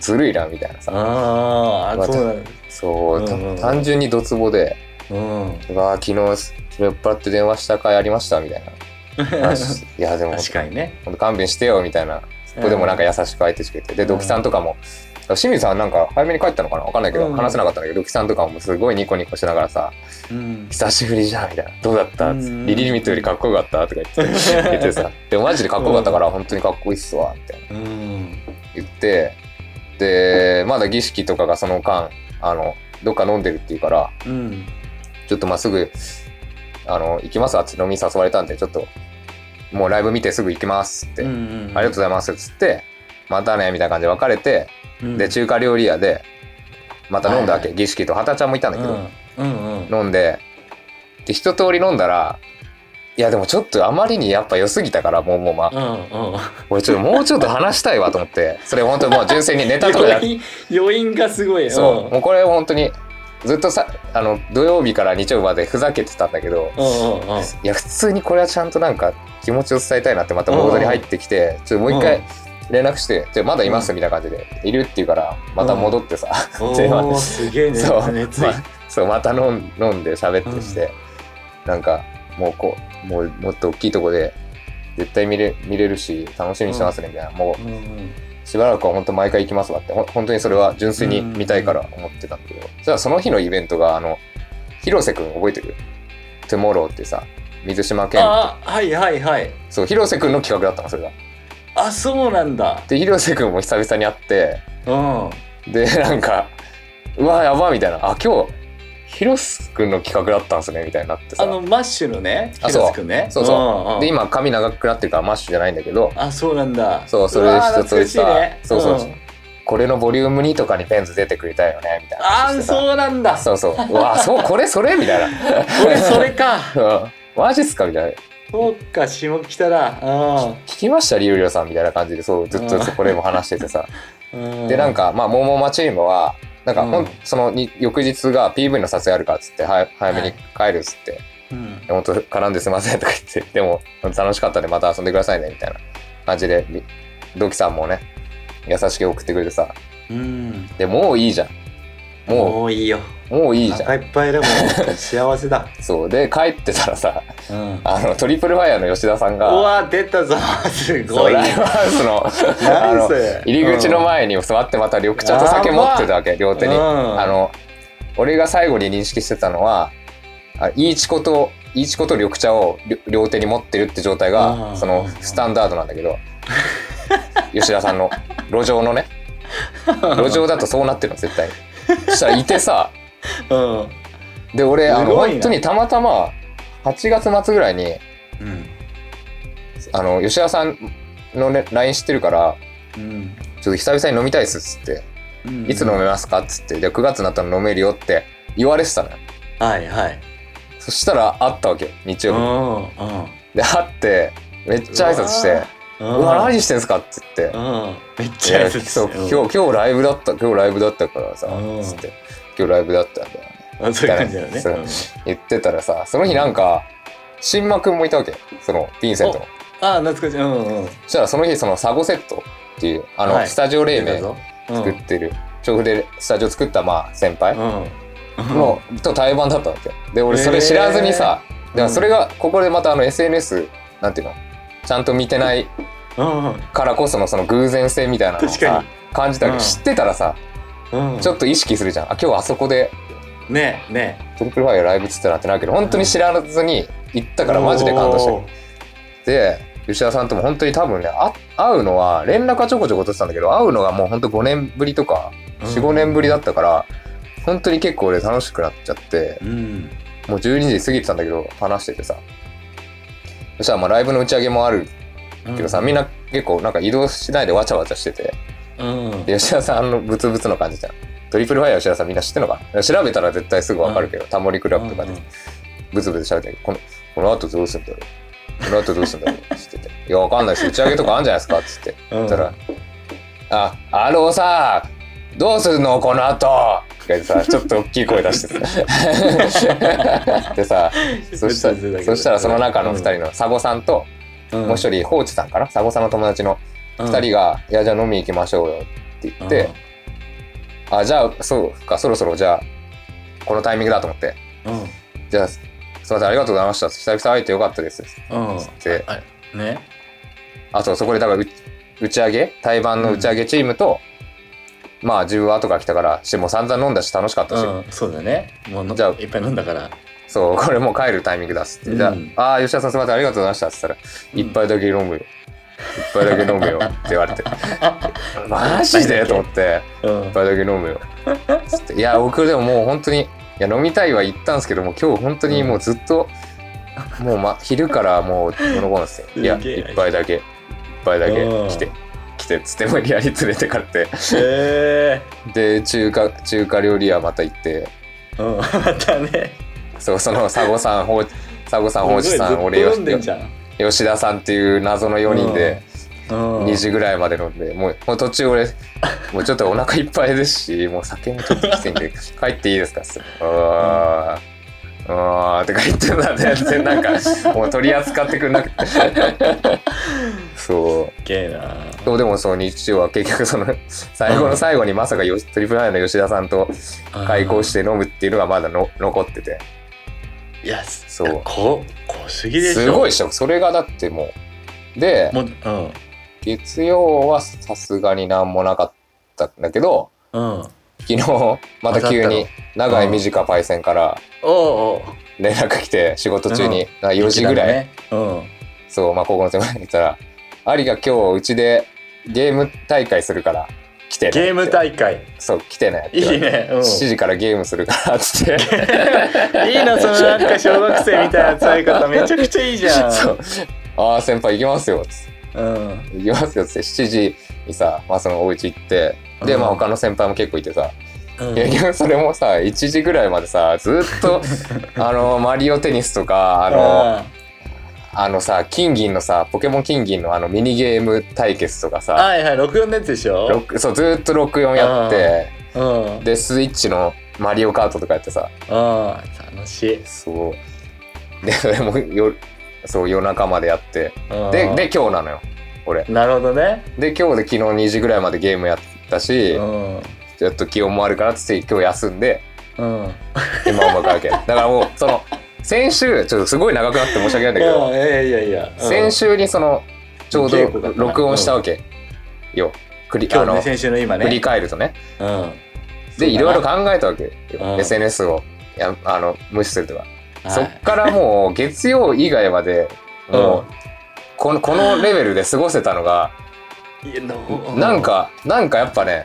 S2: ずるいなみたいな
S1: え
S2: さ
S1: ああそうなんだ
S2: そう、
S1: うんうんうん
S2: た単純にドツボで
S1: うん
S2: 「うわー昨日酔っ払って電話した回ありました」みたい な
S1: 確
S2: 話いやでも
S1: かにね
S2: ほんと勘弁してよみたいなそこでもなんか優しく相手してくれてで
S1: ん
S2: ドキさんとかも清水さんなんか早めに帰ったのかなわかんないけど、
S1: うんうん
S2: 話せなかったんだけどドキさんとかもすごいニコニコしながらさ
S1: うん
S2: 「久しぶりじゃん」みたいな「どうだった?」
S1: うんうん
S2: リリリミットよりかっこよかった」とか 言って言ってさ「でもマジでかっこよかったから本当にかっこいいっすわ」みたいな。
S1: うん
S2: 言ってでまだ儀式とかがその間あのどっか飲んでるっていうから
S1: うん
S2: ちょっとまあすぐあの行きますあっち飲み誘われたんでちょっともうライブ見てすぐ行きますって、
S1: うんう
S2: あ
S1: ん
S2: りがとうございますっつってまたねみたいな感じで別れて、
S1: うん
S2: で中華料理屋でまた飲んだわけ、
S1: はい
S2: 儀式と畑ちゃんもいたんだけど、
S1: うんうんうん
S2: 飲んでで一通り飲んだらいやでもちょっとあまりにやっぱ良すぎたからもうも うまあ
S1: うんうん
S2: 俺ちょっともうちょっと話したいわと思ってそれ本当にもう純粋にネタとかじゃなくて
S1: 余韻余韻がすごい
S2: そう、もうこれ本当にずっとさあの土曜日から日曜日までふざけてたんだけど、
S1: うんうんうんうん
S2: いや普通にこれはちゃんとなんか気持ちを伝えたいなってまたモードに入ってきて、ちょっともう
S1: う
S2: 一回
S1: ん
S2: 連絡して「じゃあまだいます」みたいな感じで「いる」って言うからまた戻ってさ、でまあ
S1: おーすげえね
S2: そう
S1: 熱
S2: ま
S1: 意
S2: あそうまた飲ん飲んで喋ってして、なんかもうこうもうもっと大きいとこで絶対見れ見れるし楽しみにしてますねみたいな、も
S1: うんうん
S2: うしばらくは本当毎回行きますわってほん本当にそれは純粋に見たいから思ってたんだけど、じゃあその日のイベントがあの広瀬くん覚えてる「トゥモローってさ水島健
S1: あはいはいはい
S2: そう広瀬くんの企画だったのそれが。
S1: あそうなんだ
S2: で広瀬くんも久々に会って
S1: うん
S2: でなんか「うわやば」みたいな「あ今日広瀬くんの企画だったんすね」みたいになってさ
S1: あのマッシュのね
S2: あ
S1: 広瀬くんね
S2: そうそうそ
S1: んん
S2: で今髪長くなってるからマッシュじゃないんだけど
S1: あそうなんだ
S2: そうそれ
S1: わー
S2: 一通りさ
S1: 懐かしいね
S2: そうそうんこれのボリューム2とかにペンズ出てくれたよねみたいな
S1: あ
S2: 話
S1: ー
S2: してさ
S1: そうなんだ
S2: そうそううわそうこれそれみたい
S1: これそれか
S2: なうんマジっすかみたいな
S1: そうか下北だうん
S2: 聞きましたリュウリュウさんみたいな感じでそうずっと
S1: うん
S2: これも話しててさ
S1: う
S2: でなんかまあモーモーマチームはなんかほん、
S1: うん
S2: そのに翌日が PV の撮影あるからっつっては早めに帰るっつって、
S1: うん
S2: 本当絡んですいませんとか言って でも楽しかったんでまた遊んでくださいねみたいな感じでみ同期さんもね優しく送ってくれてさ
S1: うん
S2: でもういいじゃんも
S1: もういいよ
S2: うもういい
S1: お
S2: じ
S1: 腹
S2: ゃ
S1: いっぱいだもん幸せ だ
S2: んそうで帰ってたらさ
S1: うん
S2: あのトリプルファイヤーの吉田さん
S1: う
S2: が
S1: わ出たぞす
S2: そ
S1: ご
S2: う
S1: い
S2: ライブハウスのあの入り口の前に座ってまた緑茶と酒持ってたわけ両手にあ
S1: あ
S2: の俺が最後に認識してたのはあいいチコといいチコと緑茶をりょ両手に持ってるって状態
S1: う
S2: が
S1: ん
S2: そのスタンダードなんだ けど吉田さんの路上のね路上だとそうなってるの絶対にそしたらいてさ
S1: うん
S2: で俺あ
S1: す
S2: の
S1: ごいな
S2: 本当にたまたま8月末ぐらいに
S1: うん
S2: あの吉田さんの、ね、LINE 知ってるから
S1: うん
S2: ちょっと久々に飲みたいっすっつって「いつ飲めますか?」っつって「で9月になったら飲めるよ」って言われてたのよ
S1: はいはい
S2: そしたら会ったわけ日曜日に
S1: んうん
S2: で会ってめっちゃ挨拶して
S1: う
S2: 「うわ
S1: ん
S2: 何してんすか?」って言って
S1: うんめっ
S2: 「い
S1: ちゃ
S2: や
S1: やつ
S2: そう今日今日ライブだった今日ライブだったからさ」
S1: うん
S2: つって「今日ライブだったんだよね
S1: あそういう感じだよね
S2: そう言ってたらさその日なんか新間くんもいたわけそのヴィンセントの
S1: ああ懐かしいうんうん
S2: そしたらその日そのサゴセットっていうあの、
S1: はい
S2: スタジオ黎
S1: 出た
S2: 明
S1: ぞうん
S2: 作ってる調布でスタジオ作ったまあ先輩
S1: うんうん
S2: の、と対バンだったわけで俺それ知らずにさ、からそれがここでまたあの SNS なんていうのちゃんと見てない
S1: うん
S2: からこそのその偶然性みたいなのを
S1: 確か
S2: さ
S1: に
S2: 感じたけど、
S1: うん
S2: 知ってたらさ
S1: うん
S2: ちょっと意識するじゃんあ今日あそこで
S1: ねえね
S2: トリプルファイアライブっつったなってなるけど本当に知らずに行った
S1: え
S2: からマジで感動して
S1: おー
S2: で吉田さんとも本当に多分ねあ会うのは連絡はちょこちょこ取ってたんだけど会うのがもう本当5年ぶりとか45年ぶりだったから本当に結構俺楽しくなっちゃって
S1: うん
S2: もう12時過ぎてたんだけど話しててさそしたらまあライブの打ち上げもあるけどさ、みんな結構なんか移動しないでわちゃわちゃしてて
S1: うんうん
S2: で吉田さんのブツブツの感じじゃんトリプルファイヤー吉田さんみんな知ってるのかな調べたら絶対すぐわかるけど、タモリクラブとかでブツブツ喋ってるこのこの後どうするんだろうこの後どうするんだろうって言ってて「いやわかんないです打ち上げとかあるんじゃないですか」っつって
S1: うん
S2: そしたら「ああのさどうするのこの後とか言ってさちょっと大きい声出してさでさそしたらそしたらその中の2人のサボさんと、
S1: 人
S2: もう一人放置さんかなサボさんの友達の
S1: 二
S2: 2人が「いやじゃあ飲み行きましょうよ」って言って「あじゃあそうかそろそろじゃあこのタイミングだ」と思って
S1: うん
S2: 「じゃあすいませんありがとうございました久々会えてよかったです」
S1: うん
S2: つって
S1: あね
S2: あとそこでだからう打ち上げ台湾の打ち上げチームと、まあ自分は後から来たからしてもう散々飲んだし楽しかったし、
S1: うんそうだねもうの
S2: じゃあ
S1: いっぱい飲んだから
S2: そうこれもう帰るタイミングだっつって「じゃ
S1: うん
S2: ああー吉田さんすいませんありがとうございました」っつったら「
S1: うん
S2: 一杯だけ飲むよ一杯だけ飲むよ」って言 われて「マジで?」と思って。
S1: うん
S2: 一杯だけ飲むよ。つっていや、僕でももう本当に、いや、飲みたいは言ったんですけども、今日本当にもうずっと、もう、ま、昼からもう、この子なんですよ。いや、
S1: すげえ
S2: 一杯だけ、一杯だけ
S1: うん
S2: 来て、来て、つって無理やり連れてかれて、
S1: へえ
S2: で、中華、中華料理屋また行って、
S1: うん またね
S2: そう、その、佐護さん、ほう、佐護さん、放置さ
S1: す
S2: ん、
S1: ごい
S2: 俺、
S1: ずっ
S2: よ
S1: と飲んでんじゃん
S2: 吉田さんっていう謎の4人で、
S1: うん
S2: 2時ぐらいまで飲んで、もう、もう途中 俺、もうちょっとお腹いっぱいですし、もう酒もちょっときついんで、 帰っていいですかっつって。あーあーって帰ってたんで、全然なん か、もう取り扱ってくれなくて。そ
S1: すっげえな
S2: う。そうでもその日曜は結局その、最後の最後にまさかよトリプルアイの吉田さんと開口して飲むっていうのがまだの残ってて。
S1: いや
S2: そ
S1: そううこ濃すぎでしょ
S2: すごいでしょ。それがだってもう。で、
S1: もううん
S2: 月曜はさすがになんもなかったんだけど、
S1: うん
S2: 昨日また急に長い短パイセンから
S1: おお
S2: 連絡来て仕事中になんか4
S1: 4
S2: 時ぐらい、
S1: うん
S2: そうまあ高校の先輩に言ったら「アリが今日うちでゲーム大会するから来てね」
S1: ゲーム大会
S2: そう来てね」って
S1: い
S2: 言わ
S1: い
S2: れて
S1: ねうん
S2: 7時からゲームするからっつって
S1: いいなそのなんか小学生みたいな使い方めちゃくちゃいいじゃん
S2: そう「ああ先輩行きますよ」っつって
S1: うん
S2: 「行きますよ」っつって7時にさ、まあ、そのお家行ってでまあ
S1: うん
S2: 他の先輩も結構いてさ
S1: うん
S2: いやいやそれもさ1時ぐらいまでさずっ とあのマリオテニスとかあの
S1: あ
S2: あのさ、金銀のさ、ポケモン金銀のあのミニゲーム対決とか
S1: ー
S2: さ、
S1: はいはい64のやつでし
S2: ロ
S1: ょ
S2: ックそうずーっと64やって、
S1: うんうん
S2: で、スイッチのマリオカートとかやってさ、
S1: 楽しい
S2: そう。で、それもよそう夜中までやって、
S1: うん
S2: で、で、今日なのよ、俺。
S1: なるほどね
S2: で、今日で昨日2時ぐらいまでゲームやったし、
S1: うん
S2: ちょっと気温もあるからっつって今日休んで、
S1: うん
S2: 今はわかる けど。だからもう、その、先週、ちょっとすごい長くなって申し訳ないんだけど、
S1: いやいやいやうん
S2: 先週にそのちょう
S1: 稽古だ
S2: ど
S1: ったな
S2: 録音したわけよ繰り
S1: 今
S2: あ
S1: 日
S2: の
S1: ね
S2: 振
S1: 先週の今ね
S2: り返るとね
S1: うん
S2: でいろいろ考えたわけよ
S1: うん
S2: SNS をやあの無視するとか
S1: はい
S2: そっからもう月曜以外までもう
S1: うん
S2: このこのレベルで過ごせたのが
S1: いやの
S2: なんかなんかやっぱね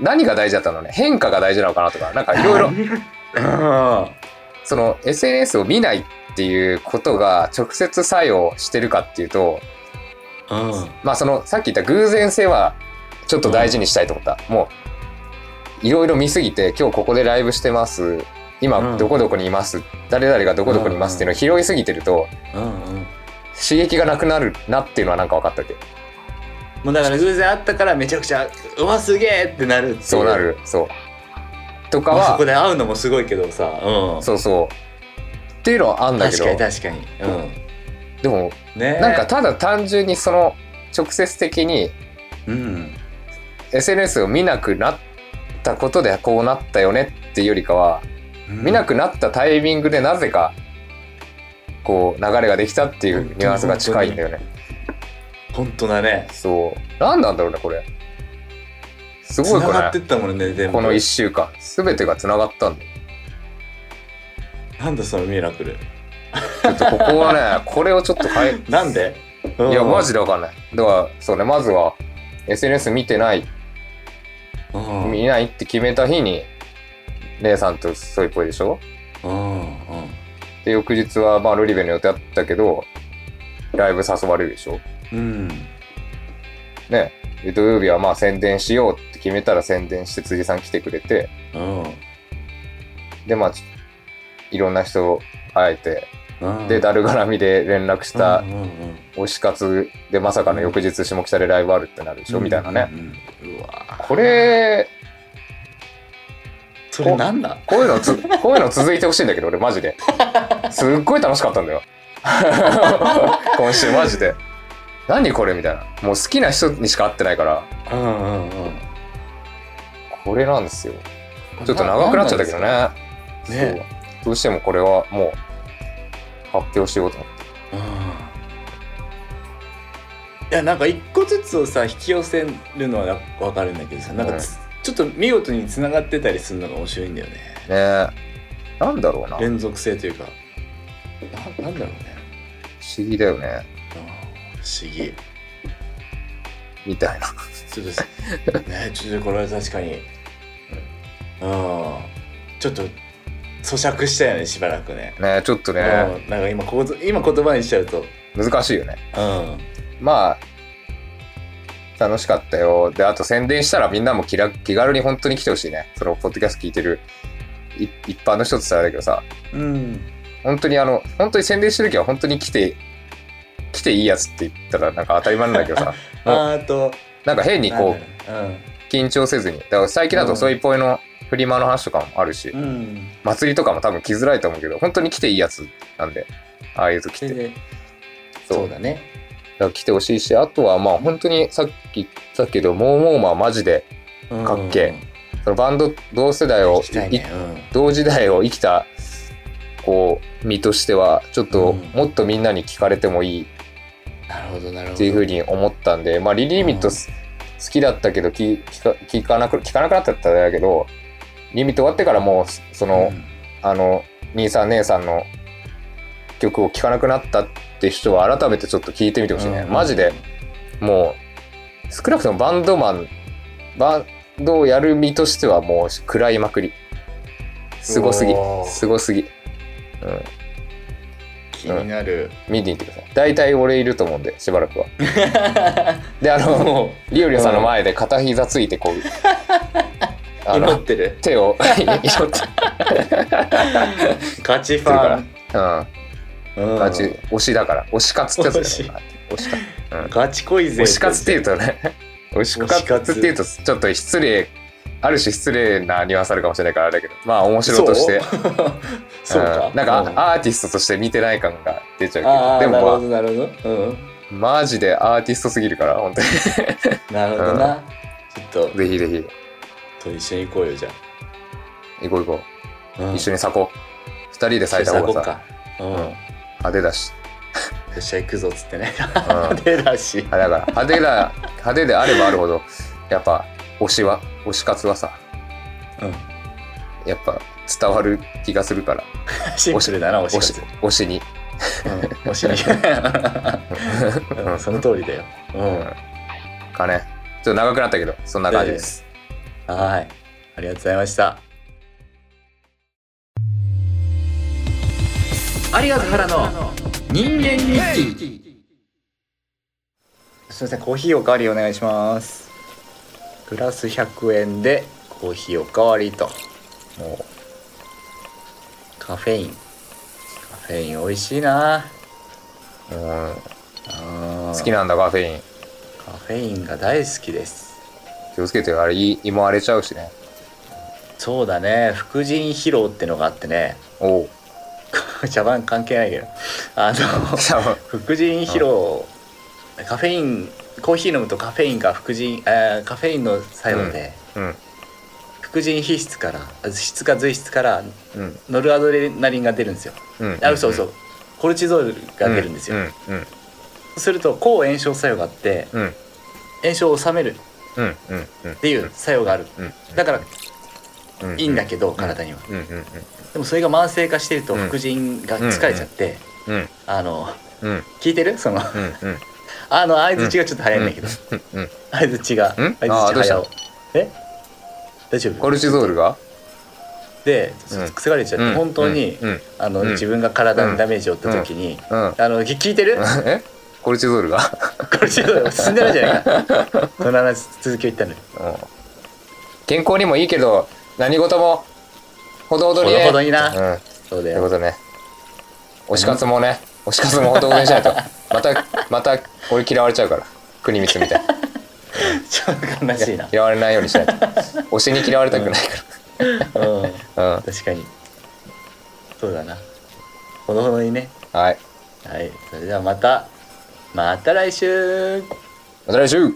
S2: 何が大事だったのね変化が大事なのかなとかなんかいろいろ
S1: うん
S2: その SNS を見ないっていうことが直接作用してるかっていうと
S1: うん
S2: まあそのさっき言った偶然性はちょっと大事にしたいと思った、もういろいろ見すぎて今日ここでライブしてます
S1: う
S2: 今
S1: ん
S2: どこどこにいます、誰々がどこどこにいますっていうのを拾いすぎてると
S1: うんうん
S2: 刺激がなくなるなっていうのはなんか分かったっけ
S1: もうだから偶然会ったからめちゃくちゃ「うわすげえ!」ってなるってい
S2: そうなるそうとか
S1: まあそ
S2: は
S1: こで会うのもすごいけどさ、うん、
S2: そうそうっていうのはあんだけ
S1: 確
S2: ど
S1: かに確かに、うん、
S2: でも
S1: ね
S2: なんかただ単純にその直接的に
S1: うん
S2: SNS を見なくなったことでこうなったよねっていうよりかは見なくなったタイミングでなぜかこう流れができたっていうニュアンスが近いんだよね
S1: 本当だね
S2: そう何なんだろうねこれすごい
S1: 繋
S2: こ
S1: がって
S2: れ、
S1: ったもんね全部
S2: この1週間全てがつながったんだよ
S1: なんだそのミラクル
S2: ちょっとこ こはねこれをちょっと変え
S1: なんで
S2: いやマジ
S1: で、
S2: でわかんないだからそうねまずは SNS 見てない
S1: うんうん
S2: 見ないって決めた日に姉さんとソイポイでしょ
S1: うん
S2: で翌日はまあルリベの予定あったけどライブ誘われるでしょ
S1: うん
S2: ねで土曜日はまあ宣伝しようって決めたら宣伝して辻さん来てくれて
S1: うん
S2: でまあちいろんな人会えて
S1: うん
S2: でだるがらみで連絡した
S1: うんうんうん
S2: 推し活でまさかの翌日下北でライブあるってなるでしょみたいなね
S1: うんうんうわ
S2: これ
S1: それなんだ
S2: こういうの つこういうの続いてほしいんだけど俺マジですっごい楽しかったんだよ 今週マジで何これみたいなもう好きな人にしか会ってないから
S1: うんうんうん
S2: これなんですよちょっと長くなっちゃったけどね
S1: ね
S2: そうどうしてもこれはもう発表しようと思って
S1: うんいやなんか一個ずつをさ引き寄せるのは分かるんだけどさなんかつ、ちょっと見事に繋がってたりするのが面白いんだよね
S2: ねなんだろうな不
S1: 連続性というかななんだろうね、
S2: 思議だよね
S1: うん、不思議
S2: みたいな
S1: ち ょっとねちょっとこれは確かにうんちょっと咀嚼したよねしばらくね
S2: ねちょっとね
S1: うんなんか今ここ今言葉にしちゃうと
S2: 難しいよね
S1: うん
S2: まあ楽しかったよであと宣伝したらみんなも気ら気軽に本当に来てほしいねそのポッドキャスト聞いてるい一般の人って言ったらあれだけどさ
S1: うん
S2: 本当にあの本当に宣伝してる時は本当に来て来ていいやつって言ったらなんか当たり前なんだけ どさ
S1: あーあと
S2: なんか変にこう
S1: なんだろ
S2: 緊張せずにだから最近だとそういうぽいのフリマの話とかもあるし、
S1: ううん、うん
S2: 祭りとかも多分来づらいと思うけど本当に来ていいやつなんでああいう時
S1: そ
S2: っ
S1: れ
S2: て
S1: で
S2: そう
S1: そうだね
S2: だから来てほしいしあとはまあ本当にさっき言ったけどモーモーマーマジでかっけそのバンド同世代
S1: うん
S2: を
S1: 行きたい
S2: い
S1: ね
S2: 同時代を生きたこう身としてはちょっと
S1: うん
S2: もっとみんなに聞かれてもいい
S1: うんなるほどなるほ
S2: って
S1: ど
S2: いうふうに思ったんで、まあ、リリー・ミット
S1: うん
S2: す好きだったけど聞聞か聞かなく聞かなくなったったらだけどリリー・ミット終わってからもうそその、
S1: うん
S2: あの兄さん姉さんの曲を聴かなくなったって人は改めてちょっと聞いてみてほしいね、
S1: うん
S2: マジでもう少なくともバンドマンバンドをやる身としてはもう食らいまくりすごすぎ
S1: おー
S2: すごすぎ、うん、
S1: 気になる、
S2: 見に行ってください大体俺いると思うんでしばらくはであのもうリオリオさんの前で片膝ついて こう、あ
S1: 祈
S2: の
S1: ってる
S2: 手を 祈って
S1: ガチフ
S2: る
S1: ァ
S2: か
S1: ン
S2: らうん
S1: うん
S2: ガチ推しだから推し活ってやつ だよね推し
S1: ガチ恋
S2: 活
S1: 勢
S2: 推し活っていう とね推し活っていうとちょっと失礼ある種失礼なニュアンスあるかもしれないからあれだけどまあ面白と して
S1: そうそうか、
S2: うんなんか、
S1: う
S2: アーティストとして見てない感が出ちゃ
S1: あ
S2: う
S1: ー
S2: けどでもま
S1: なるほどなるほど、
S2: あマジでアーティストすぎるから本当に
S1: うん、なるほどな、ちょっ
S2: ぜひぜひ
S1: とと一緒に行こうよじゃ
S2: 行こう行こ
S1: あ、う
S2: う、
S1: ん
S2: 一緒に咲こう二人で咲いた
S1: 一緒
S2: 方
S1: に行
S2: が
S1: こう
S2: さ
S1: かうん、
S2: うん
S1: よ
S2: 派手 だし、
S1: っしゃ行くぞっつって ね
S2: うん、派
S1: 手だし
S2: 手だから派手だ派手であればあるほどやっぱ推しは推し活はさ
S1: うん
S2: やっぱ伝わる気がするから
S1: シンプルだなおし
S2: 推
S1: か
S2: し
S1: つ
S2: 推しに、
S1: うんお尻うんその通りだよ、う
S2: うんかねちょっと長くなったけどそんな感じです
S1: はいありがとうございました有賀原の人間日記すみませんコーヒーおかわりお願いしますプラス100円でコーヒーおかわりともうカフェインカフェイン美味しいな
S2: うん
S1: 好
S2: 好きなんだカフェイン
S1: カフェインが大好きです
S2: 気をつけてよあれ胃胃も荒れちゃうしね
S1: そうだね副腎疲労ってのがあってね
S2: おお
S1: 茶番関係ないけどあの 副腎疲労カフェインコーヒー飲むとカフェインが副腎、えーカフェインの作用で、
S2: うん
S1: 副腎皮質からあ皮質か髄質から
S2: うん
S1: ノルアドレナリンが出るんですよ、
S2: うん
S1: あ嘘嘘コルチゾールが出るんですよ、
S2: うんうん
S1: そうすると抗炎症作用があって
S2: うん
S1: 炎症を抑めるっ
S2: うんうんうんって
S1: いう作用がある
S2: うん
S1: だから
S2: うん
S1: いいんだけど体には
S2: うんうん
S1: でもそれが慢性化してると
S2: うん
S1: 副腎が疲れちゃって
S2: うんうん
S1: あの
S2: うん
S1: 聞いてるその
S2: うんうん
S1: あの相づちがちょっと早いんだけど
S2: うんうん
S1: 相づちが
S2: う
S1: 相
S2: ん
S1: づち
S2: あーどうした
S1: 早尾え大丈
S2: コ
S1: 夫
S2: ルチゾールが
S1: で
S2: うん
S1: 疲れちゃって本当に
S2: うん
S1: あの
S2: うん
S1: 自分が体にダメージを負った時に
S2: うんうん
S1: あの聞いてる
S2: えコルチゾールが
S1: これちょっと進んでないじゃないかその話続きを言ったのに
S2: うん健康にもいいけど何事もほどほどにね
S1: ほどほどにな
S2: うん
S1: そうだ
S2: というこ
S1: よ
S2: とね推し活もね推し活もほどほどにし ないとまたまた俺嫌われちゃうから国光みたいに
S1: ちょっと悲しいな
S2: 嫌われないようにしないと推しに嫌われたくないか
S1: うん
S2: らうん
S1: 確かにそうだなほどほどにね
S2: はい
S1: はいそれではまたまた来週
S2: また来週